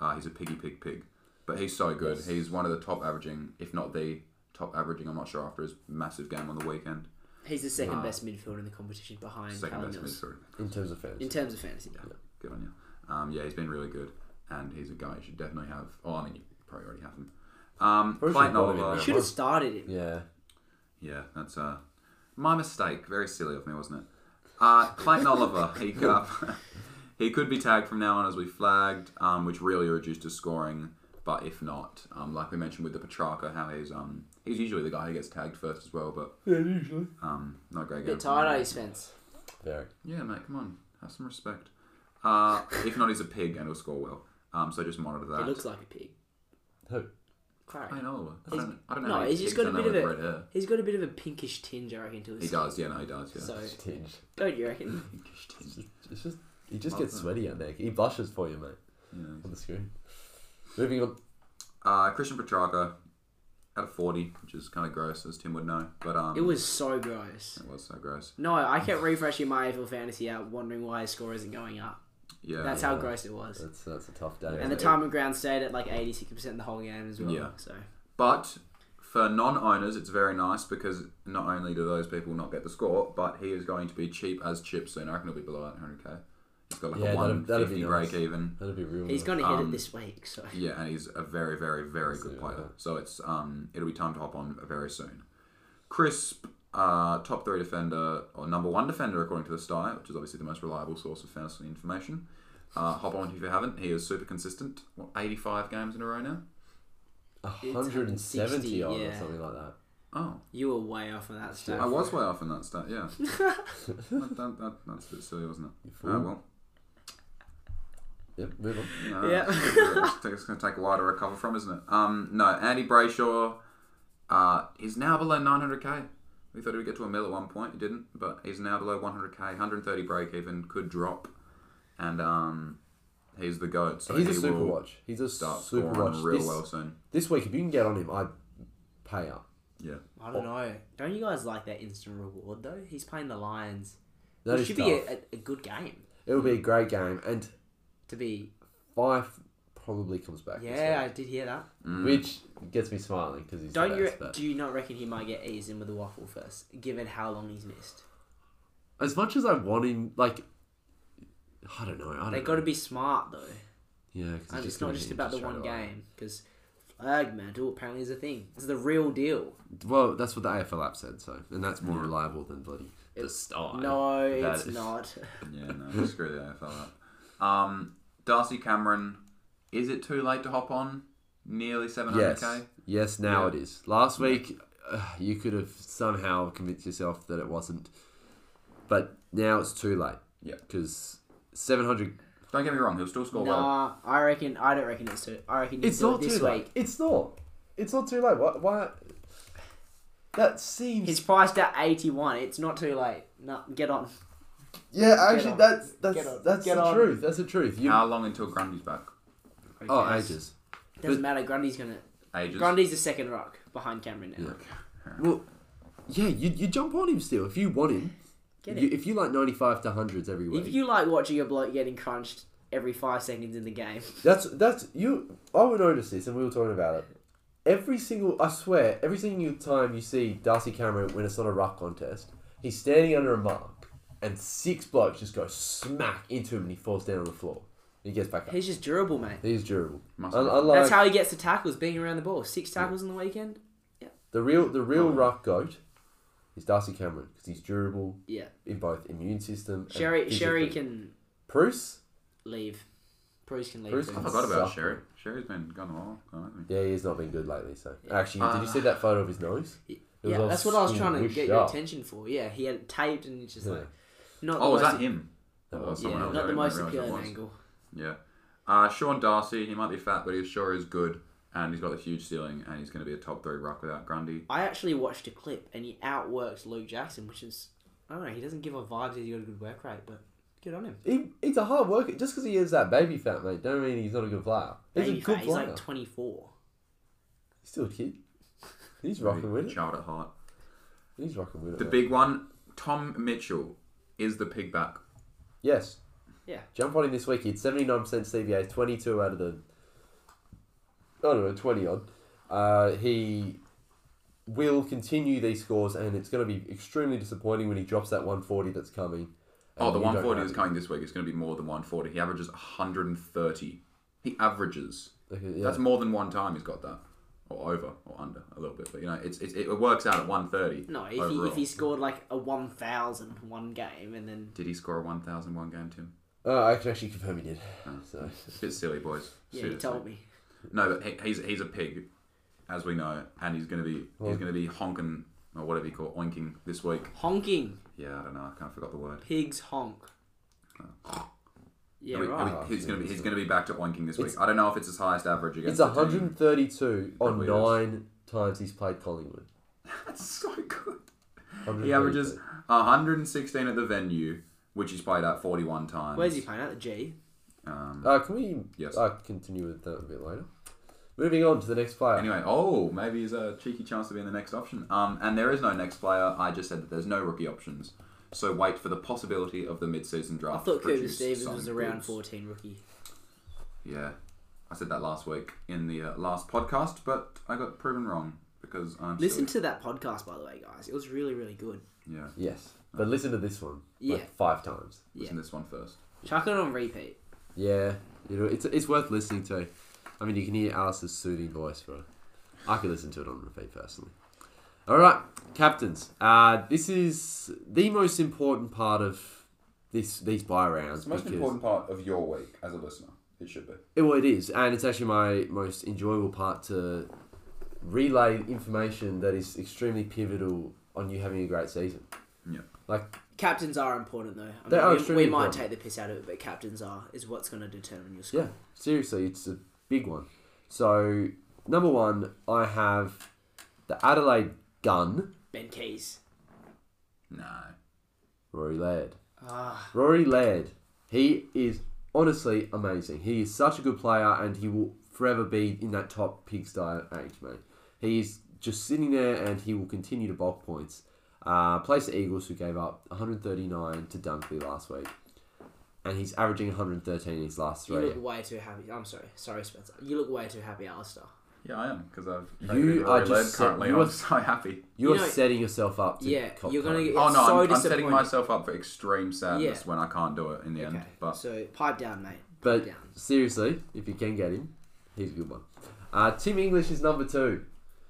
A: uh, he's a piggy pig pig. But he's so good. He's one of the top averaging, if not the top averaging. I'm not sure after his massive game on the weekend.
B: he's the second
A: Nah.
B: best midfielder in the competition behind
A: Second
B: Callum
A: best
B: Mills
A: midfielder.
C: in terms of fans.
B: in terms of fantasy.
A: Good on you. Um, yeah, he's been really good, and he's a guy you should definitely have. Oh, I mean, you probably already have him. Um,
C: Probably
A: Clayton
C: should have brought him in
A: Oliver.
B: You
C: now.
B: should have started him.
C: yeah,
A: Yeah, that's uh, my mistake. Very silly of me, wasn't it? Uh, Clayton Oliver, he could, uh, he could be tagged from now on as we flagged, um, which really reduced his scoring. But if not, um, like we mentioned with the Petrarca, how he's um, he's usually the guy who gets tagged first as well. But
C: yeah, usually.
A: um, not a great game.
B: Get
A: from him.
B: tired, eh? are you, Spence?
C: Very.
A: Yeah, mate, come on, have some respect. Uh, if not, he's a pig and he'll score well. Um, so just monitor that.
B: He looks like a pig.
C: Who?
B: Cry.
A: Clayton Oliver. I
B: He's-
A: don't, I don't know.
B: no,
A: how
B: he's
A: pigs
B: just got a
A: don't
B: bit
A: have
B: of a-
A: red hair.
B: He's got a bit of a pinkish tinge, I reckon, to his
A: He does, yeah, no, he does, yeah.
B: So
C: Tinge.
B: don't you reckon?
A: Pinkish
C: It's
A: tinge.
C: just, it's just he just
A: Love
C: gets
A: that.
C: sweaty out there. He blushes for you, mate,
A: Yeah.
C: on the screen. Moving on.
A: Uh, Christian Petrarca out of 40, which is kind of gross, as Tim would know. But um,
B: It was so gross.
A: it was so gross.
B: No, I kept refreshing my AFL fantasy out, wondering why his score isn't going up.
A: Yeah.
B: That's how
C: Yeah.
B: gross it was.
C: That's that's a tough day.
B: And the
A: Yeah.
B: time on ground stayed at like 86% the whole game as well.
A: Yeah.
B: So
A: but for non-owners, it's very nice because not only do those people not get the score, but he is going to be cheap as chips soon. I reckon he'll be below 100k. He's got like
C: Yeah,
A: a
C: that'd-
A: 150
C: that'd be nice.
A: break even.
C: That'd be real.
B: he's
C: nice.
B: going to hit
A: Um,
B: it this week. So
A: Yeah, and he's a very, very, very good
C: Yeah.
A: player. So it's um, it'll be time to hop on very soon. Crisp, uh, top three defender or number one defender according to the Star, which is obviously the most reliable source of fantasy information. Uh, hop on if you haven't. He is super consistent. What, 85 games in a row now?
C: 170 odd or
B: yeah.
C: something like that.
A: Oh,
B: you were way off on that stuff.
A: I was way off in that stat. Yeah, that, that, that, that's a bit silly, wasn't it?
C: fool.
A: Oh well.
C: Yep, move on.
A: No,
B: Yeah.
A: it's gonna- it's going to take a while to recover from, isn't it? Um, no, Andy Brayshaw, uh, he's now below 900k. We thought he would get to a mil at one point, he didn't, but he's now below 100k. 130 break even could drop, and um, he's the goat. So
C: He's
A: he
C: a super
A: will
C: watch. He's a
A: Start
C: super
A: scoring
C: watch.
A: real
C: This,
A: well soon.
C: this week, if you can get on him, I'd pay up.
A: Yeah.
B: I don't know. Don't you guys like that instant reward though? He's playing the Lions.
C: That
B: it
C: is
B: should
C: tough.
B: be a, a, a good game
C: It'll be a great game, and
B: to be.
C: Fife probably comes back. this
B: Yeah, I
C: week,
B: did hear that.
A: Mm.
C: which gets me smiling because he's
B: Don't
C: the
B: you?
C: best, but-
B: Do you not reckon he might get eased in with the waffle first, given how long he's missed?
C: As much as I want him, like I don't know. I don't
B: They
C: know.
B: got to be smart though.
C: Yeah, 'cause he's
B: And it's
C: gonna
B: not
C: be
B: just
C: injured
B: about the
C: straight
B: one
C: away.
B: game because flag mantle apparently is a thing. It's the real deal.
C: Well, that's what the AFL app said, so and that's more reliable than bloody the star.
B: no,
C: that
B: it's
C: is-
B: not.
A: Yeah, no, screw the AFL up. Um, Darcy Cameron, is it too late to hop on? Nearly 700k?
C: Yes. Yes, now
A: Yeah.
C: it is. Last week, uh, you could have somehow convinced yourself that it wasn't, but now it's too late.
A: Yeah.
C: Because seven hundred.
A: Don't get me wrong, he'll still score well.
B: Nah, I reckon. I don't reckon it's too. I reckon you
C: It's
B: do it
C: not too
B: this
C: late.
B: week.
C: It's not. It's not too late. Why? why that seems.
B: He's priced at eighty-one. It's not too late. No, get on.
C: yeah,
B: Get
C: actually,
B: on.
C: that's
B: Get
C: that's
B: on.
C: that's
B: Get
C: the
B: on.
C: truth. That's the truth. You,
A: How long until Grundy's back?
B: Who
C: oh,
B: cares?
C: ages.
B: Doesn't
C: But-
B: matter. Grundy's gonna.
A: Ages.
B: Grundy's the second rock behind Cameron now.
C: Yeah. Yeah, you, you jump on him still if you want him.
B: Get
C: You,
B: it.
C: if you like ninety five to hundreds every week.
B: If you like watching a bloke getting crunched every five seconds in the game,
C: That's that's you. I would notice this, and we were talking about it. Every single, I swear, every single time you see Darcy Cameron when it's not a ruck contest, he's standing under a mark, and six blokes just go smack into him, and he falls down on the floor. He gets back up.
B: he's just durable, mate.
C: He's durable.
A: Must
C: Un-
A: be.
C: unlike
B: That's how he gets the tackles, being around the ball. Six tackles in the weekend.
C: the real the real ruck goat is Darcy Cameron because he's durable
B: Yeah,
C: in both immune system. and
B: Sherry. Sherry
C: physically.
B: can
C: Bruce. leave.
B: leave. Bruce can leave.
C: Bruce-
A: I
B: too.
A: forgot about
C: Suck.
A: Sherry. Sherry's been gone a while. hasn't he?
C: Yeah, he's not been good lately. So actually, did you see that photo of his nose? It was
B: Yeah,
C: all
B: that's what I was trying to
C: squished
B: get your
C: up.
B: attention for. Yeah, he had it taped and it's just like not.
A: Oh,
B: the
A: was
B: most,
A: that him?
C: That
A: Or
C: was-
A: someone
B: Yeah,
A: else?
B: not
A: I
B: the
A: didn't
B: most
A: realise it
B: appealing
A: was.
B: angle.
A: Yeah. Uh, Sean Darcy, he might be fat, but he sure is good. And he's got the huge ceiling, and he's going to be a top three ruck without Grundy.
B: I actually watched a clip and he outworks Luke Jackson, which is I don't know. He doesn't give off vibes. that He's got a good work rate, but good on him.
C: He, he's a hard worker. Just because he is that baby fat, mate, don't mean he's not a good player. He's
B: Baby
C: a
B: fat,
C: good
B: he's
C: player.
B: like twenty four.
C: he's still a kid. He's rocking with it.
A: Child at heart.
C: He's rocking with it.
A: The
C: mate.
A: big one, Tom Mitchell, is the pig back.
C: yes.
B: Yeah.
C: Jump on him this week. He had 79% CBA, 22 out of the. I don't know, 20 odd. Uh, he will continue these scores, and it's going to be extremely disappointing when he drops that 140 that's coming.
A: Oh,
C: and
A: the
C: you don't
A: 140
C: have
A: that's
C: it.
A: coming this week is going to be more than 140. He averages 130. He averages.
C: Okay, yeah.
A: That's more than one time he's got that, or over, or under a little bit. But you know, it's, it's it works out at 130.
B: No, if he,
A: overall.
B: if he scored like a 1,000 one game and then
A: did he score a 1,001 game, Tim?
C: Uh, I can actually confirm he did.
A: Oh.
C: So.
A: It's a bit silly, boys.
B: yeah, he
A: Seriously.
B: told me
A: No, but he, he's he's a pig, as we know, and he's gonna be
C: Oh.
A: he's gonna be honking or whatever you call it, oinking this week.
B: honking
A: Yeah, I don't know. I kind of forgot the word.
B: pigs honk. Yeah,
A: I mean, I
B: right.
A: mean,
C: Oh,
A: he's gonna be he's
C: seriously.
A: gonna be back to oinking this week.
C: It's-
A: I don't know if it's his highest average against. the
C: It's
A: team.
C: 132
A: Probably
C: on
A: is.
C: nine times he's played Collingwood.
A: That's so good.
C: 132.
A: He averages 116 at the venue, which he's played at 41 times.
B: Where's he playing at the G?
A: Um,
C: Uh, can we
A: Yes.
C: uh, continue with that a bit later? Moving on to the next player.
A: anyway, oh, maybe he's a cheeky chance to be in the next option. Um, and there is no next player. I just said that there's no rookie options. So wait for the possibility of the mid-season
B: I
A: draft.
B: thought
A: to
B: Cooper
A: produce
B: Stevens
A: some
B: was a round
A: goods.
B: 14 rookie.
A: Yeah, I said that last week in the uh, last podcast, but I got proven wrong because I'm
B: Listen
A: silly.
B: to that podcast, by the way, guys. It was really, really good.
A: yeah.
C: Yes. But listen to this one.
B: Yeah.
C: Like five times.
A: Listen to this one first.
B: Chuck it on repeat.
C: Yeah. You know, it's, it's worth listening to. I mean, you can hear Alice's soothing voice, but I could listen to it on repeat personally. All right, captains. Uh, this is the most important part of this these buy rounds.
A: It's the most
C: because-
A: important part of your week as a listener. It should be.
C: It, well, it is, and it's actually my most enjoyable part to relay information that is extremely pivotal on you having a great season.
A: Yeah.
C: Like,
B: Captains are important, though. I
C: They
B: mean,
C: are
B: we-
C: extremely
B: we might
C: important.
B: take the piss out of it, but captains are is what's going to determine your score.
C: yeah, seriously, it's a big one. So, number one, I have the Adelaide Gun,
B: Ben Keys.
A: No.
C: Rory Laird.
B: Ah,
C: Rory Laird, he is honestly amazing. He is such a good player, and he will forever be in that top pigsty age, mate. He is just sitting there, and he will continue to bulk points. Uh, plays the Eagles, who gave up 139 to Dunkley last week, and he's averaging 113 in his last
B: You
C: three.
B: look way too happy. I'm sorry. Sorry, Spencer. You look way too happy, Alistair.
A: Yeah, I am because I've
C: You
A: traded
C: are
A: Rory
C: just
A: Laird
C: so-
A: currently.
C: you
A: and
C: are-
A: I'm so happy.
C: You're
B: You know-
C: setting yourself up. To
B: Yeah,
C: cop
B: you're gonna
C: current.
B: get-
A: oh
B: It's
A: no,
B: so
A: I'm, I'm setting
B: disappointing.
A: myself up for extreme sadness when I can't do it in the
B: Okay.
A: end. But
B: So pipe down, mate.
C: But
B: down.
C: seriously, if you can get him, he's a good one. Uh, Tim English is number two.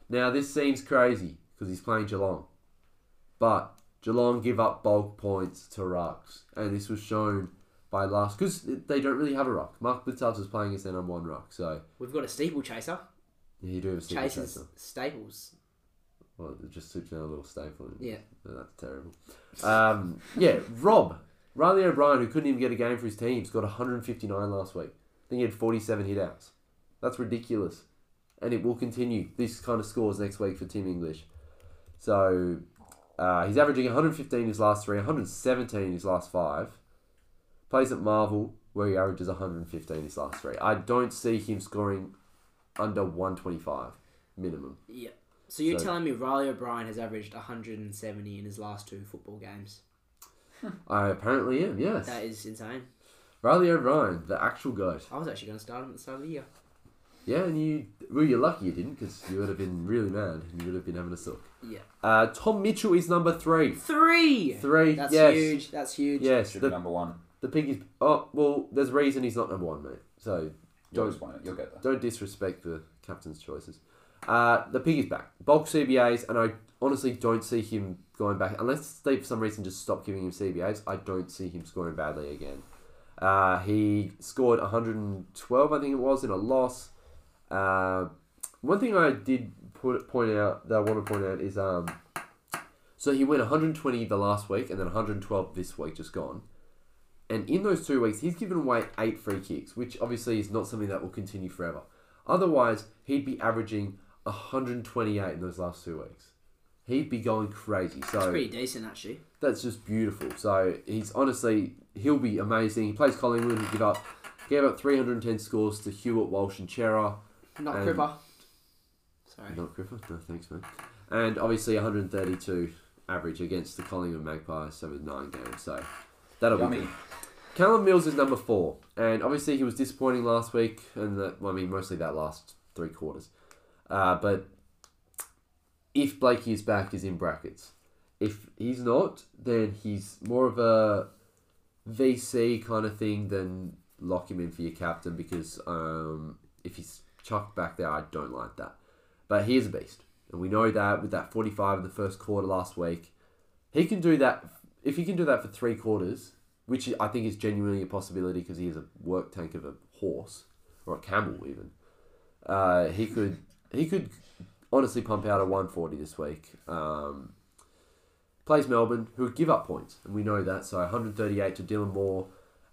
C: Now this seems crazy because he's playing Geelong, but Geelong give up bulk points to rucks, and this was shown by last because they don't really have a ruck. Mark Blitzards was playing as their number one ruck, so
B: We've got a steeplechaser.
C: yeah, you do have a single
B: Chases
C: chaser.
B: Staples.
C: Well, it just switched down a little staple. in.
B: Yeah.
C: No, that's terrible. Um, yeah, Rob Riley O'Brien, who couldn't even get a game for his team, has got 159 last week. I think he had 47 hit outs. That's ridiculous, and it will continue. This kind of scores next week for Tim English. So uh, he's averaging 115 in his last three, 117 in his last five. Plays at Marvel, where he averages 115 in his last three. I don't see him scoring under 125 minimum.
B: Yeah. So you're
C: So-
B: telling me Riley O'Brien has averaged 170 in his last two football games?
C: I apparently am. Yes.
B: That is insane.
C: Riley O'Brien, the actual goat.
B: I was actually going to start him at the start of the year.
C: Yeah, and you well, you're lucky you didn't because you would have been really mad and you would have been having a sook.
B: Yeah.
C: Uh, Tom Mitchell is number three.
B: Three.
C: Three.
B: That's
C: yes.
B: huge. That's huge.
C: Yes.
A: should be
C: The,
A: number one.
C: the pig is. Oh well, there's a reason he's not number one, mate. So
A: You'll
C: don't
A: explain it. You'll get there.
C: don't disrespect the captain's choices. Uh, the pig is back. Bulk CBAs, and I honestly don't see him going back unless they for some reason just stop giving him CBAs. I don't see him scoring badly again. Uh, he scored 112, I think it was, in a loss. Uh, one thing I did put, point out that I want to point out is um, so he went 120 the last week and then 112 this week, just gone. And in those two weeks, he's given away eight free kicks, which obviously is not something that will continue forever. Otherwise, he'd be averaging 128 in those last two weeks. He'd be going crazy. So
B: It's pretty decent actually.
C: that's just beautiful. So he's honestly he'll be amazing. He plays Collingwood who give up gave up three hundred and ten scores to Hewitt, Walsh and Chera.
B: Not
C: Um,
B: Cripper. Sorry.
C: Not Griffith, no thanks, man. And obviously one hundred and thirty two average against the Collingwood Magpies over nine games. So that'll be
A: Yummy.
C: good. Callum Mills is number four, and obviously he was disappointing last week, and that well, I mean mostly that last three quarters. Uh, but if Blakey is back, is in brackets. If he's not, then he's more of a VC kind of thing than lock him in for your captain because um, if he's chucked back there, I don't like that. But he is a beast, and we know that with that forty-five in the first quarter last week, he can do that. If he can do that for three quarters, which I think is genuinely a possibility because he is a work tank of a horse or a camel even. Uh, he could he could honestly pump out a 140 this week. Um, plays Melbourne, who give up points, and we know that. So 138 to Dylan Moore,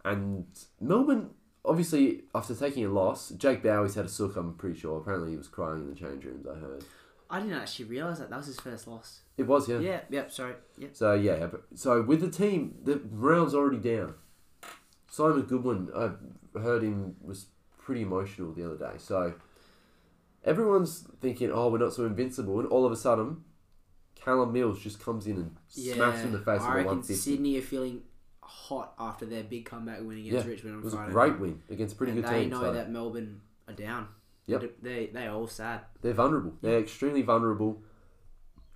C: and Melbourne obviously after taking a loss, Jake Bowie's had a sook. I'm pretty sure. Apparently he was crying in the change rooms. I heard
B: I didn't actually realize that that was his first loss.
C: it was
B: Yeah.
C: yeah.
B: Yep. sorry. Yep.
C: So yeah, but- so with the team, the morale's already down. Simon Goodwin, I heard him was pretty emotional the other day. So everyone's thinking, oh, we're not so invincible, and all of a sudden, Callum Mills just comes in and
B: Yeah.
C: smacks in the face
B: I
C: with a one
B: reckon
C: fifty.
B: Sydney are feeling hot after their big comeback win
C: Yeah,
B: against Richmond
C: it
B: on
C: was a
B: Friday.
C: great win against a pretty
B: and
C: good
B: they
C: team.
B: know
C: so
B: that Melbourne are down.
C: Yep.
B: They they are all sad.
C: They're vulnerable. They're extremely vulnerable,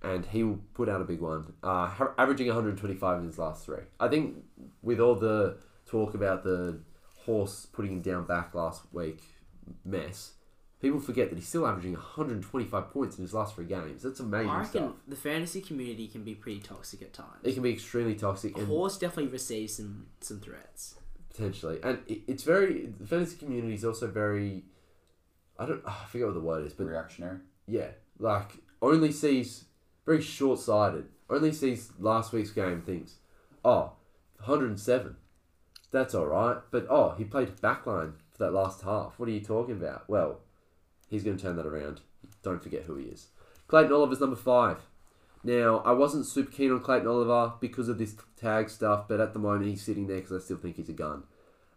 C: and he will put out a big one, uh, ha- averaging 125 in his last three. I think with all the talk about the horse putting him down back last week mess, people forget that he's still averaging 125 points in his last three games. That's amazing
B: I reckon
C: stuff.
B: the fantasy community can be pretty toxic at times.
C: It can be extremely toxic and
B: Horse definitely receives some some threats.
C: potentially, and it, it's very the fantasy community is also very. I don't. I forget what the word is, but
A: Reactionary.
C: yeah, like only sees very short sighted. Only sees last week's game and thinks, oh, 107. That's all right. But oh, he played backline for that last half. What are you talking about? Well, he's going to turn that around. Don't forget who he is. Clayton Oliver's number five. Now, I wasn't super keen on Clayton Oliver because of this tag stuff, but at the moment he's sitting there because I still think he's a gun.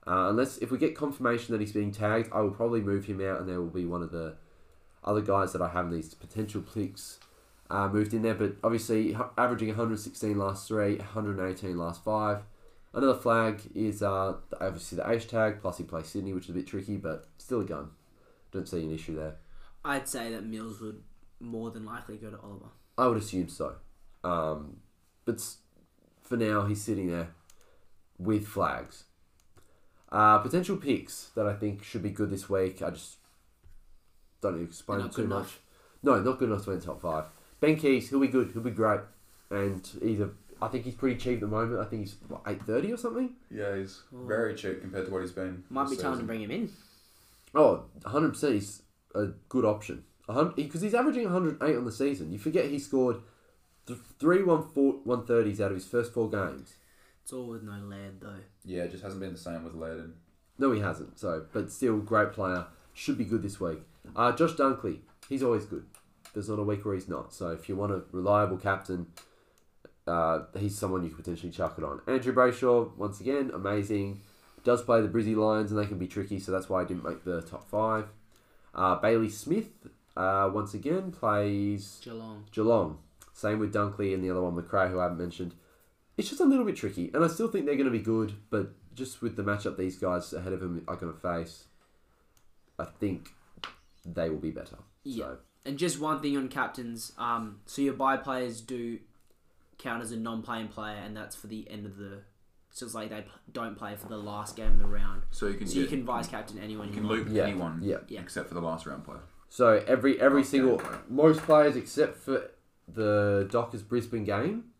C: Uh, unless if we get confirmation that he's being tagged, I will probably move him out, and there will be one of the other guys that I have these potential picks uh, moved in there. But obviously, h- averaging 116 last three, 118 last five. Another flag is uh, the- obviously the H tag, plus he plays Sydney, which is a bit tricky, but still a gun. Don't see an issue there.
B: I'd say that Mills would more than likely go to Oliver.
C: I would assume so. Um, but s- for now, he's sitting there with flags. Uh, potential picks that I think should be good this week. I just don't need to explain
B: They're
C: it
B: not
C: too
B: good
C: much.
B: enough.
C: No, not good enough to win top five. Ben Keys, he'll be good. He'll be great. And he's a, I think he's pretty cheap at the moment. I think he's what, eight thirty or something.
A: Yeah, he's very cheap compared to what he's been.
B: Oh. Might
A: this
B: be time to
A: season.
B: bring him in.
C: Oh, 100 percent. He's a good option. Because he's averaging one hundred eight on the season. You forget he scored th- three one four one thirties out of his first four games.
B: It's all with no land though.
A: Yeah, it just hasn't been the same with Laird.
C: No, he hasn't. So, but still, great player. Should be good this week. Uh, Josh Dunkley, he's always good. There's not a week where he's not. So, if you want a reliable captain, uh, he's someone you could potentially chuck it on. Andrew Brayshaw, once again, amazing. Does play the Brizzy Lions, and they can be tricky. So that's why I didn't make the top five. Uh, Bailey Smith, uh, once again, plays
B: Geelong.
C: Geelong. Same with Dunkley and the other one, McRae, who I haven't mentioned. It's just a little bit tricky, and I still think they're going to be good, but just with the matchup these guys ahead of him are going to face, I think they will be better.
B: Yeah.
C: So,
B: And just one thing on captains. Um, so your bye players do count as a non-playing player, and that's for the end of the. So it's like they p- don't play for the last game of the round.
A: So you can
B: So you
A: get-
B: can vice captain anyone
A: you
B: you
A: can
B: want.
A: loop
C: Yeah,
A: anyone
C: yeah.
B: Yeah.
A: except for the last round player.
C: so every every
A: Okay.
C: single most players except for the Dockers Brisbane game,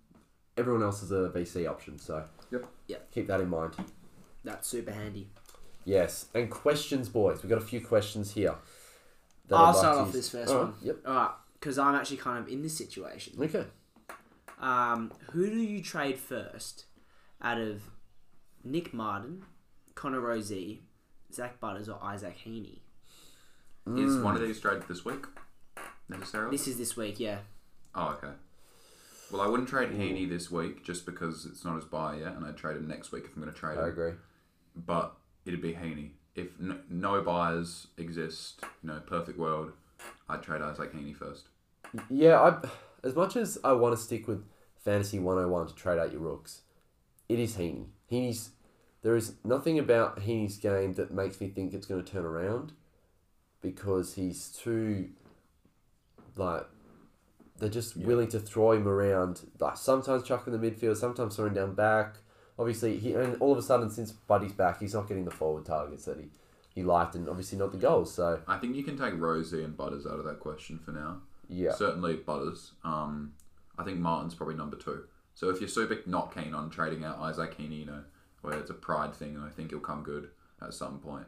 C: everyone else is a VC option. So
A: Yep.
B: Yeah.
C: keep that in mind.
B: That's super handy.
C: Yes, and questions, boys. We've got a few questions here. that I'd
B: I'll
C: like
B: start
C: to
B: off
C: use.
B: this first
C: Alright,
B: one.
C: Yep.
B: All right, because I'm actually kind of in this situation.
C: Okay.
B: Um, who do you trade first out of Nick Martin, Connor Rosie, Zach Butters, or Isaac Heaney?
A: Is one of these traded this week necessarily?
B: This is this week, yeah.
A: Oh, okay. Well, I wouldn't trade Heaney this week just because it's not his buy yet, and I'd trade him next week if I'm going to trade
C: I
A: him.
C: agree.
A: But it'd be Heaney. If n- no buyers exist, you know, perfect world, I'd trade Isaac Heaney first.
C: Yeah, I as much as I want to stick with Fantasy 101 to trade out your rooks, it is Heaney. Heaney's there is nothing about Heaney's game that makes me think it's going to turn around because he's too like they're just willing to throw him around. Like sometimes chuck him in the midfield, sometimes throw him down back. Obviously, he and all of a sudden since Buddy's back, he's not getting the forward targets that he, he liked, and obviously not the goals. So
A: I think you can take Rosie and Butters out of that question for now.
C: yeah,
A: Certainly Butters. Um, I think Martin's probably number two. So if you're super not keen on trading out Isaac Heaney, you know, where it's a pride thing, and I think he'll come good at some point.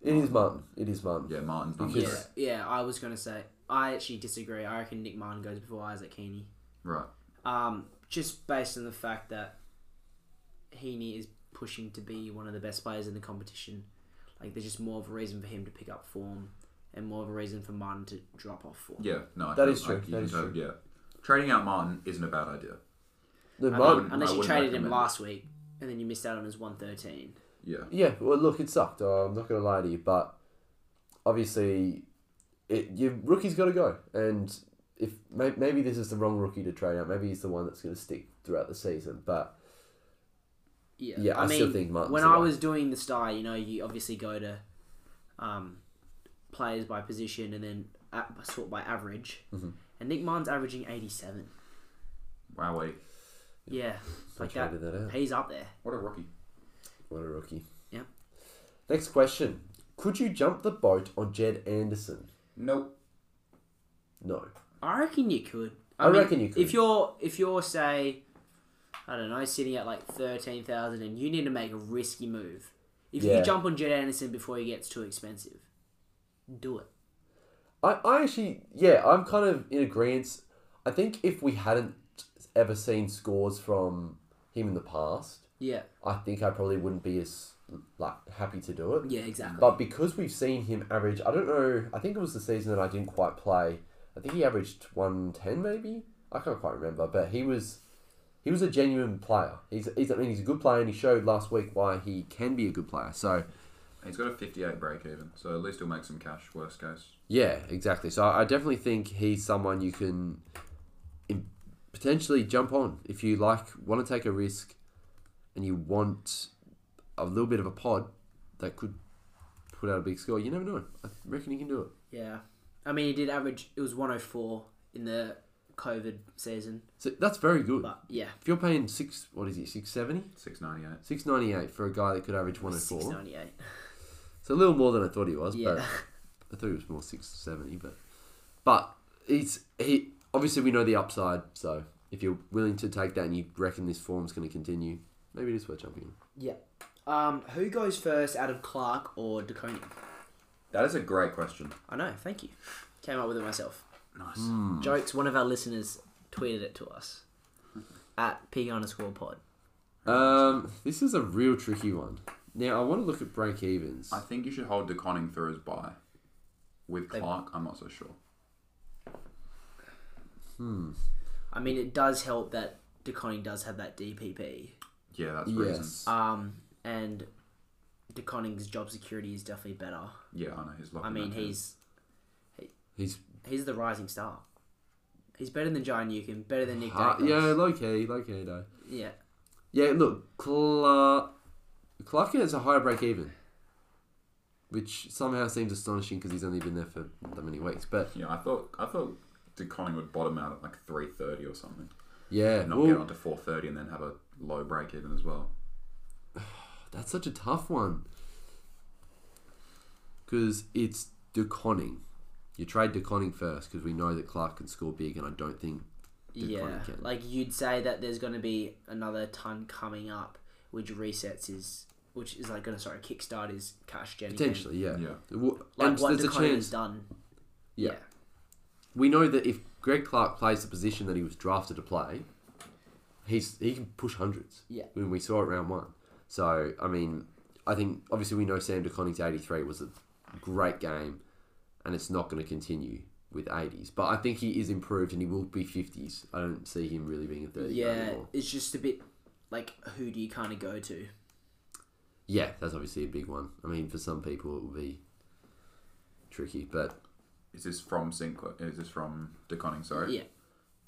C: it is Martin. It is Martin.
A: Yeah, Martin's number
B: Yeah,
A: two.
C: Yes.
B: yeah, I was gonna say. I actually disagree. I reckon Nick Martin goes before Isaac Heaney.
A: Right.
B: Um, just based on the fact that Heaney is pushing to be one of the best players in the competition. Like, there's just more of a reason for him to pick up form, and more of a reason for Martin to drop off form.
A: Yeah, no, I
C: That
A: feel
C: is true,
A: like you
C: that
A: can
C: is
A: tell-
C: true.
A: Yeah, trading out Martin isn't a bad idea.
C: The
B: I
C: Martin,
B: mean, unless
A: I
B: you
A: wouldn't
B: traded him
A: recommend it.
B: last week, and then you missed out on his 113.
A: Yeah,
C: Yeah, well, look, it sucked. Uh, I'm not going to lie to you, but obviously, it, your rookie's got to go. And if may, maybe this is the wrong rookie to trade out, maybe he's the one that's going to stick throughout the season. But
B: Yeah,
C: Yeah, I
B: mean,
C: still think Martin's
B: when
C: the
B: I
C: guy.
B: was doing the star, you know, you obviously go to um, players by position and then a- sort by average.
C: Mm-hmm.
B: And Nick Martin's averaging 87.
A: wow, wait,
B: Yeah, like
C: I
B: that.
C: traded that out.
B: He's up there.
A: what a rookie!
C: What a rookie.
B: Yeah.
C: Next question. Could you jump the boat on Jed Anderson?
A: Nope.
C: No.
B: I reckon you could.
C: I reckon you could.
B: If you're, if you're, say, I don't know, sitting at like 13,000 and you need to make a risky move, if
C: Yeah.
B: you jump on Jed Anderson before he gets too expensive, do it.
C: I, I actually, yeah, I'm kind of in agreement. I think if we hadn't ever seen scores from him in the past,
B: Yeah.
C: I think I probably wouldn't be as like happy to do it.
B: Yeah, exactly.
C: But because we've seen him average, I don't know. I think it was the season that I didn't quite play. I think he averaged one ten, maybe. I can't quite remember, but he was he was a genuine player. He's, he's I mean he's a good player, and he showed last week why he can be a good player. So
A: He's got a 58 break even, so at least he'll make some cash, worst case.
C: Yeah, exactly. So I I definitely think he's someone you can im- potentially jump on if you like want to take a risk and you want a little bit of a pod that could put out a big score. You never know. I reckon he can do it.
B: Yeah. I mean, he did average, it was 104 in the COVID season.
C: So that's very good.
B: But yeah,
C: if you're paying six, what is it, six seventy,
A: 698.
C: six ninety eight for a guy that could average one hundred four,
B: 698.
C: it's a little more than I thought he was. But
B: Yeah.
C: I thought it was more six seventy, but but it's he obviously we know the upside. So if you're willing to take that and you reckon this form's going to continue, maybe it is worth jumping in.
B: Yeah. Um, who goes first out of Clark or DeConing?
A: That is a great question.
B: I know, thank you. Came up with it myself.
A: Nice.
C: Hmm.
B: Jokes, one of our listeners tweeted it to us at pig underscore pod.
C: Um, this is a real tricky one. Now I want to look at break evens.
A: I think you should hold DeConning through his buy. With
B: They-
A: Clark, I'm not so sure.
B: I mean, it does help that DeConing does have that DPP.
A: Yeah, that's the reason.
C: Yes,
B: Um, and DeConning's job security is definitely better.
A: Yeah, I know he's locked.
B: I
A: in
B: mean,
A: that hand.
B: he's
C: he's
B: he's the rising star. He's better than John Newcomb, better than Nick
C: hard,
B: Dacos.
C: yeah low key, low key though.
B: yeah.
C: Yeah, look, Clark, Clark has a higher break even, which somehow seems astonishing because he's only been there for that many weeks. But
A: Yeah, I thought I thought DeConning would bottom out at like 330 or something,
C: yeah,
A: and not
C: well,
A: get onto 430 and then have a low break even as well.
C: that's such a tough one because it's DeConning. You trade DeConning first because we know that Clark can score big, and I don't think
B: Yeah,
C: DeConning can.
B: like you'd say that there's going to be another ton coming up, which resets his, which is like going to sorry kickstart his cash gen. again.
C: potentially, yeah,
A: Yeah.
C: Well,
B: like
C: and
B: what
C: there's a
B: Dakota
C: chance.
B: has done.
C: Yeah. we know that if Greg Clark plays the position that he was drafted to play, he's he can push hundreds.
B: Yeah.
C: When we saw it round one. So I mean, I think obviously we know Sam DeConning's eighty three was a great game, and it's not going to continue with eighties. But I think he is improved and he will be fifties. I don't see him really being a
B: yeah,
C: thirty.
B: yeah.
C: Anymore.
B: It's just a bit like who do you kind of go to?
C: Yeah, that's obviously a big one. I mean, for some people it will be tricky, but
A: Is this from Sinclair? Is this from DeConning? Sorry.
B: Yeah.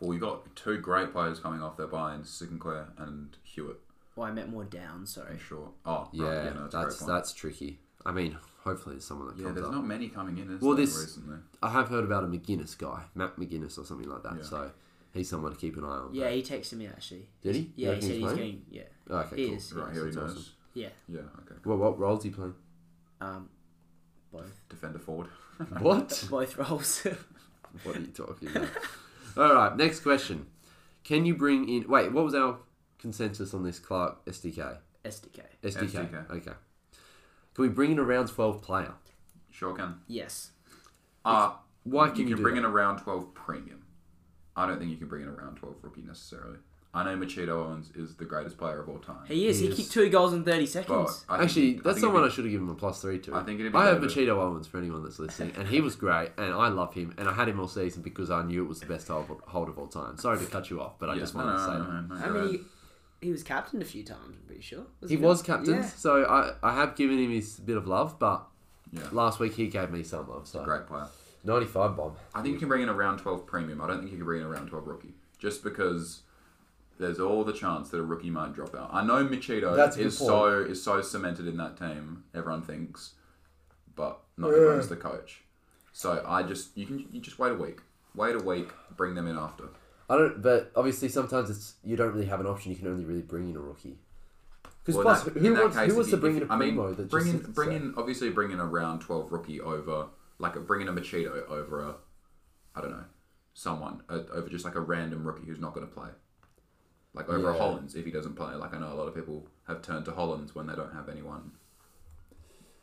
A: Well, you got two great players coming off their buy in Sinclair and Hewitt.
B: Oh, I meant more down. Sorry.
A: I'm sure. Oh,
C: yeah,
A: right, yeah, no, that's,
C: that's
A: a great
C: that's,
A: point.
C: tricky. I mean, hopefully there's someone that
A: yeah,
C: comes
A: there's
C: up.
A: not many coming in. Is
C: Well,
A: there,
C: this-
A: recently.
C: I have heard about a McGuinness guy, Matt McGuinness or something like that.
A: Yeah.
C: So he's someone to keep an eye on.
B: Yeah, he texted me actually.
C: Did he? You
B: Yeah, he
C: reckon
B: said
C: he's
B: he's
C: playing?
B: getting. Yeah,
C: Oh, okay,
B: he
C: cool.
B: is.
A: Right here he
C: that's
A: knows.
C: awesome.
B: Yeah.
A: Yeah. Okay.
C: Well, what role's he playing?
B: Um, both
A: Defender forward.
C: What?
B: both roles.
C: what are you talking about? All right, next question. Can you bring in? Wait, what was our consensus on this Clark SDK?
B: SDK.
C: SDK.
A: SDK.
C: Okay. Can we bring in a round twelve player?
A: Sure can.
B: Yes.
A: Ah,
C: Why
A: you
C: can you,
A: can
C: do
A: bring
C: that?
A: in a round 12 premium. I don't think you can bring in a round 12 rookie necessarily. I know Machito Owens is the greatest player of all time.
B: He is.
C: He
B: He,
C: is.
B: kicked two goals in thirty
A: but
B: seconds.
A: I think-
C: Actually,
A: I think
C: that's
A: it'd
C: someone
A: be-
C: I should have given him a plus three to.
A: I think it'd be
C: I have
A: better.
C: Machito Owens for anyone that's listening, and he was great, and I love him, and I had him all season because I knew it was the best hold, hold of all time. Sorry to cut you off, but I
A: Yeah,
C: just
A: no,
C: wanted to
A: no,
C: say
A: no,
C: that.
A: no, no,
B: I
A: go
B: mean,
A: ahead.
B: he, he was captained a few times. I'm pretty sure.
C: He
B: wasn't
C: was captain,
B: Yeah.
C: so I, I have given him his bit of love, but
A: Yeah.
C: last week he gave me some love. So
A: great player.
C: 95 bomb.
A: I think you can bring in a round 12 premium. I don't think you can bring in a round 12 rookie. Just because there's all the chance that a rookie might drop out. I know Machito
C: That's a good
A: is
C: point.
A: so is so cemented in that team, everyone thinks, but not everyone's the coach. So I just you can you just wait a week. Wait a week, bring them in after.
C: I don't, but obviously sometimes it's you don't really have an option. You can only really bring in a rookie. Because
A: Well,
C: plus,
A: in that-
C: who
A: in that
C: wants,
A: case,
C: who wants
A: if
C: to
A: you-
C: bring
A: if-
C: in a
A: I mean,
C: primo? that
A: bring
C: just
A: in,
C: sits
A: bring
C: there?
A: in, obviously bring in a round twelve rookie over, like a, bring in a Machito over a, I don't know, someone uh, over just like a random rookie who's not going to play, like over a
C: Yeah.
A: Hollins if he doesn't play. Like I know a lot of people have turned to Hollins when they don't have anyone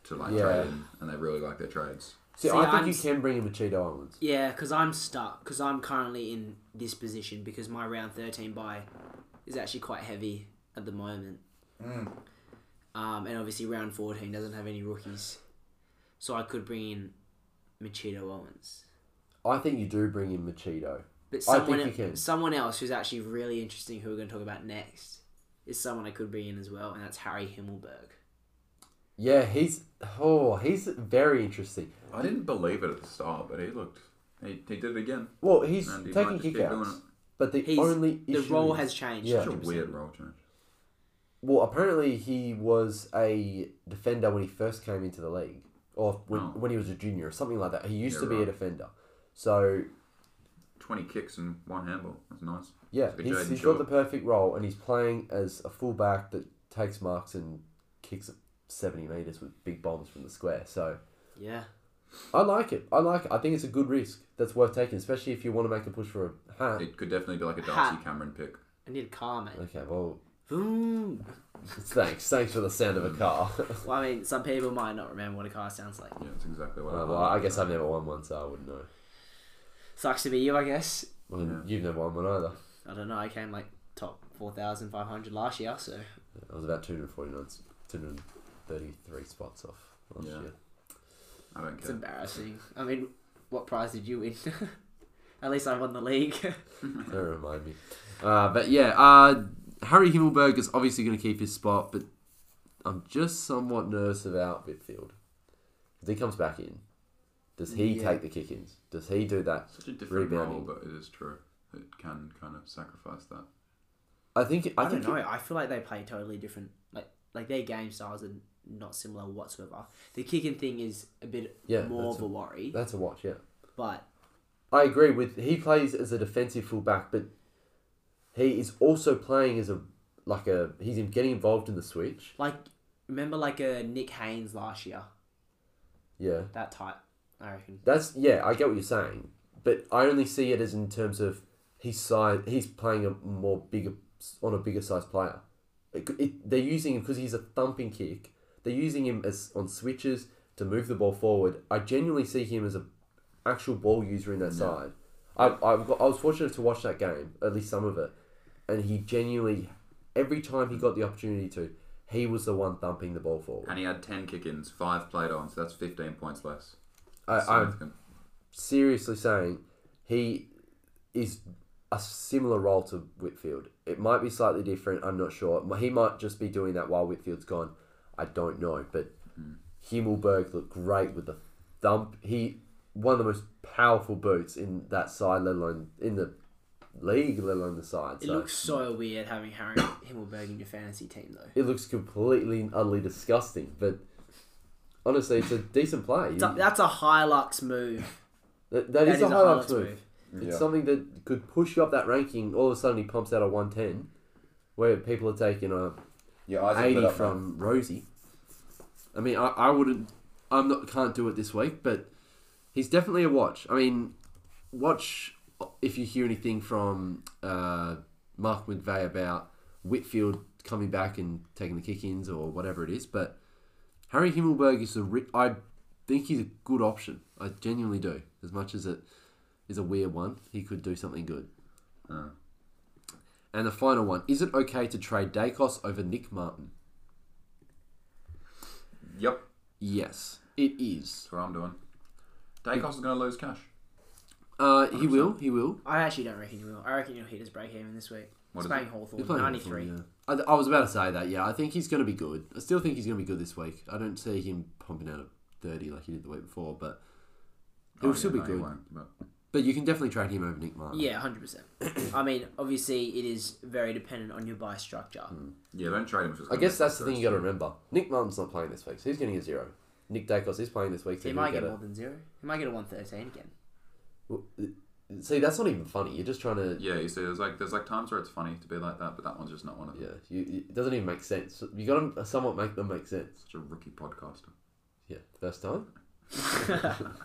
A: to like
C: Yeah.
A: trade in, and they really like their trades.
C: See,
B: See,
C: I think
B: I'm
C: you
B: s-
C: can bring in Machito Owens.
B: Yeah, because I'm stuck. Because I'm currently in this position because my round 13 buy is actually quite heavy at the moment.
C: Mm.
B: Um, and obviously, round 14 doesn't have any rookies. So I could bring in Machito Owens.
C: I think you do bring in Machito.
B: But
C: I
B: someone,
C: think you
B: el-
C: can.
B: someone else who's actually really interesting, who we're going to talk about next, is someone I could bring in as well, and that's Harry Himmelberg.
C: Yeah, he's oh, he's very interesting.
A: I didn't believe it at the start, but he looked. He, he did it again.
C: Well, he's
A: And he
C: taking
A: might just keep doing
C: kickouts,
A: it.
C: but the
B: He's,
C: only
B: the
C: issue
B: role
C: is-
B: has changed.
C: Yeah.
A: Such a
B: 100%.
A: weird role change.
C: Well, apparently he was a defender when he first came into the league, or when,
A: Oh.
C: when he was a junior or something like that. He used
A: Yeah,
C: to be a
A: right.
C: defender, so
A: Twenty kicks and one handball. That's nice.
C: yeah,
A: It's like
C: he's,
A: Jaden
C: he's
A: Shaw.
C: got the perfect role, and he's playing as a fullback that takes marks and kicks at seventy meters with big bombs from the square. So
B: Yeah.
C: I like it. I like it. I think it's a good risk that's worth taking, especially if you want to make a push for a hat.
A: It could definitely be like a Darcy
B: Ha.
A: Cameron pick.
B: I need a car, mate.
C: Okay, well,
B: Vroom.
C: thanks, thanks for the sound
B: Hmm.
C: of a car. Uh,
B: Well, I mean, some people might not remember what a car sounds like.
A: Yeah, that's exactly what
C: well,
A: I like.
C: I guess I've never won one, so I wouldn't know.
B: Sucks to be you, I guess.
C: Well,
A: Yeah.
C: you've never won one either.
B: I don't know. I came like top four thousand five hundred last year, so
C: I was about 249, 233 spots off last
A: Yeah.
C: year.
A: I don't
B: it's
A: care.
B: embarrassing. I mean, what prize did you win? At least I won the league.
C: Don't remind me. Uh, but yeah, uh, Harry Himmelberg is obviously going to keep his spot, but I'm just somewhat nervous about Whitfield. If he comes back in, does he
B: Yeah.
C: take the kick ins? Does he do that?
A: Such a different role,
C: Rebounding.
A: but it is true. It can kind of sacrifice that.
C: I think.
B: I,
C: I,
B: don't
C: think
B: know. I feel like they play totally different. Like like their game styles are not similar whatsoever. The kicking thing is a bit
C: Yeah,
B: more
C: that's
B: of a worry,
C: That's a watch, yeah.
B: but
C: I agree with he plays as a defensive fullback, but he is also playing as a like a he's getting involved in the switch.
B: like remember like a Nick Haynes last year,
C: Yeah,
B: that type. I reckon.
C: that's yeah. I get what you're saying, but I only see it as in terms of his size. He's playing a more bigger on a bigger size player. It, it, they're using him because he's a thumping kick. They're using him as on switches to move the ball forward. I genuinely see him as a actual ball user in that side. I I've got, I was fortunate to watch that game, at least some of it, and he genuinely every time he got the opportunity to, he was the one thumping the ball forward.
A: And he had ten kick-ins, five played on, so that's fifteen points less.
C: I, I'm
A: Significant.
C: seriously saying he is a similar role to Whitfield. It might be slightly different. I'm not sure. He might just be doing that while Whitfield's gone. I don't know. But Himmelberg looked great with the thump. He one of the most powerful boots in that side, let alone in the league, let alone the side.
B: It
C: so mm.
B: looks so weird having Harry Himmelberg in your fantasy team though.
C: it looks completely and utterly disgusting. But honestly, it's a decent play.
B: It's a- That's a Hilux move.
C: That- Mm. that is, a highlights move. It's
A: Yeah.
C: something that could push you up that ranking. All of a sudden, he pumps out a 110, where people are taking a
A: Yeah, Isaac
C: 80 from Rosie. I mean, I, I wouldn't. I'm not. Can't do it this week, but he's definitely a watch. I mean, watch if you hear anything from uh, Mark McVeigh about Whitfield coming back and taking the kick-ins or whatever it is. But Harry Himmelberg is a. Ri- I think he's a good option. I genuinely do. As much as it is a weird one, he could do something good.
A: Uh,
C: And the final one: Is it okay to trade Dacos over Nick Martin?
A: yep,
C: Yes, it is.
A: that's what I'm doing. Dacos is going to lose cash.
C: Uh, he will. He will.
B: I actually don't reckon you will. I reckon you'll hit his break even this week.
A: What
B: He's
A: is
B: playing
A: it?
C: He's
B: Hawthorn,
C: playing
B: 93.
C: Hawthorn, yeah. I, I was about to say that. Yeah, I think he's going to be good. I still think he's going to be good this week. I don't see him pumping out a thirty like he did the week before, but he'll
A: Oh,
C: still
A: yeah,
C: be
A: no, he
C: good.
A: won't, but
C: But you can definitely trade him over Nick Martin.
B: Yeah, 100%. I mean, obviously, it is very dependent on your buy structure.
C: Mm.
A: yeah, don't trade him. If it's
C: I
A: gonna
C: guess
A: make
C: that's the thing you got to
A: first.
C: remember. Nick Martin's not playing this week, so he's getting a zero. Nick Dacos is playing this week, so
B: He
C: he
B: might
C: will
B: get
C: get
B: more
C: a.
B: than zero. He might get a 113 again.
C: See, that's not even funny. You're just trying to.
A: Yeah, you see, there's like there's like times where it's funny to be like that, but that one's just not one of them.
C: Yeah, you, it doesn't even make sense. You got to somewhat make them make sense.
A: Such a rookie podcaster.
C: Yeah, first time.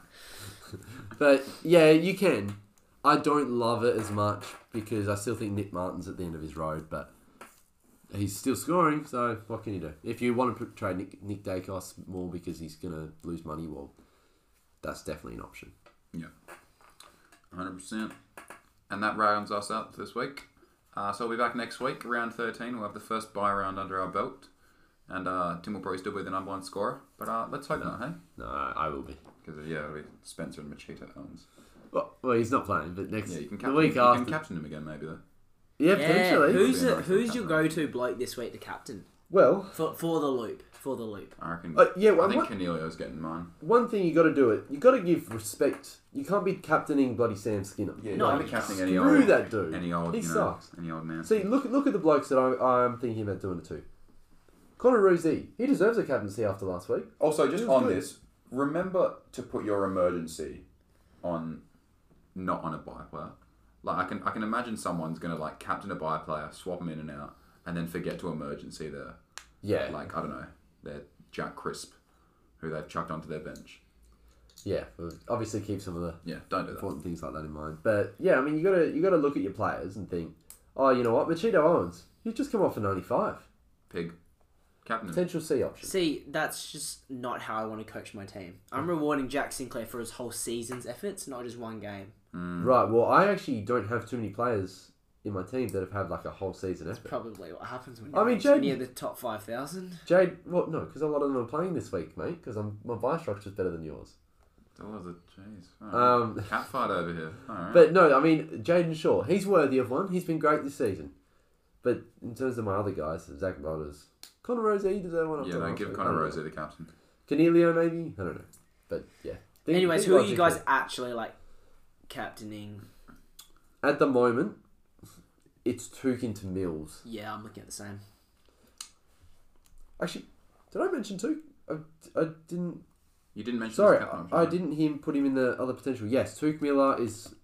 C: but yeah, you can. I don't love it as much because I still think Nick Martin's at the end of his road, but he's still scoring. So what can you do? If you want to put, trade Nick, Nick Dacos more because he's gonna lose money, well, that's definitely an option.
A: Yeah, hundred percent. And that rounds us up this week. Uh, so we'll be back next week, round thirteen. We'll have the first buy round under our belt, and uh, Tim will probably still be the number one scorer. But uh, let's hope not, hey?
C: No, I will be.
A: Because yeah, it'll be Spencer and Machita owns.
C: Well, well, he's not playing, but next
A: Yeah, you can
C: the
A: captain,
C: week
A: you
C: after,
A: can captain him again, maybe though.
C: yeah,
B: Yeah,
C: potentially.
B: who's
A: It'll be a
B: the,
A: nice
B: who's
A: little
B: your
A: captain.
B: go-to bloke this week to captain?
C: Well,
B: For, for the loop. For the loop.
A: I reckon.
C: Uh, yeah, well,
A: I think
C: what-
A: Cornelio's getting mine.
C: one thing you got to do it. You got to give respect. You can't be captaining bloody Sam Skinner.
A: Yeah,
B: No,
A: no,
B: you
A: I'm casting any
C: screw
A: old,
C: that dude.
A: Any old,
C: He
A: you know,
C: sucks.
A: Any old man.
C: See, look look at the blokes that I'm, I'm thinking about doing it to. Connor Rosie, he deserves a captaincy after last week.
A: also, just
C: It was
A: on
C: good.
A: this, remember to put your emergency on, not on a buy player. Like I can, I can imagine someone's gonna like captain a buy player, swap him in and out, and then forget to emergency their,
C: Yeah,
A: like I don't know, their Jack Crisp, who they've chucked onto their bench.
C: yeah. Well, Obviously, keep some of the
A: Yeah, don't do that.
C: important things like that in mind. But yeah, I mean, you gotta you gotta look at your players and think, oh, you know what, Machito Owens, he's just come off a ninety five
A: Pig, captain. him.
C: potential C option.
B: See, that's just not how I want to coach my team. I'm rewarding Jack Sinclair for his whole season's efforts, not just one game.
C: Right. Well, I actually don't have too many players in my team that have had like a whole season effort.
B: Probably what happens when
C: I
B: you're
C: mean, Jaden-
B: near the top 5,000.
C: Jade, well, no, because a lot of them are playing this week, mate. Because I'm my buy structure's better than yours.
A: Oh, the jeez. All
C: Um,
A: right. Cat fight over here. All right.
C: but no, I mean Jaden Shaw, he's worthy of one. He's been great this season. But in terms of my other guys, Zach Brothers, Connor Rose, he deserves one.
A: yeah,
C: after
A: no,
C: last
A: give
C: week.
A: Connor
C: I don't
A: Rosie
C: know.
A: the captain.
C: Cornelio, maybe. I don't know. But yeah. Think-
B: Anyways,
C: think
B: who are you guys
C: logically.
B: actually, like, captaining?
C: at the moment? It's Tukin to Mills.
B: Yeah, I'm looking at the same.
C: Actually, did I mention Tukin? I, I didn't
A: You didn't mention.
C: Sorry,
A: his captain option,
C: I, I
A: right?
C: didn't him put him in the other potential. Yes, Tuke Miller is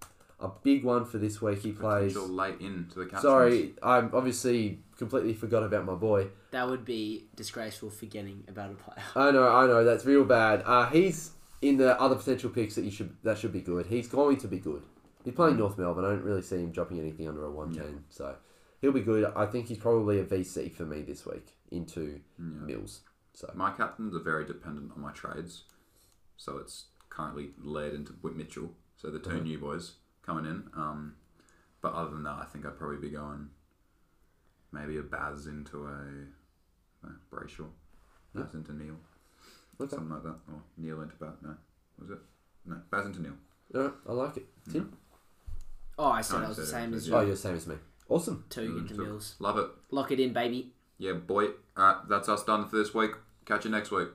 C: a big one for this week. He plays.
A: Potential late in to the captain.
C: Sorry, I obviously completely forgot about my boy.
B: That would be disgraceful forgetting about a player.
C: I know, I know, that's real bad. Uh, he's in the other potential picks that you should that should be good. He's going to be good. He's playing North Melbourne. I don't really see him dropping anything under a one ten, so he'll be good. I think he's probably a VC for me this week into
A: Mm,
C: Mills. So
A: My captains are very dependent on my trades, so it's currently led into Whit Mitchell. So the 2 new boys coming in. Um, but other than that, I think I'd probably be going maybe a Baz into a, a uh, Brayshaw, Baz into Neil,
C: Okay.
A: something like that, or Neil into Baz. No, was it? No, Baz into Neil.
C: alright, I like it. Tim,
B: Oh, I said
A: Can't
B: that was the
A: say
B: same
A: that,
B: as
A: yeah.
C: oh,
B: you.
C: you're the same as me. Awesome.
B: Two into
A: So,
B: Mills.
A: Love it. uh,
B: Lock it in, baby.
A: Yeah, boy. All right, that's us done for this week. Catch you next week.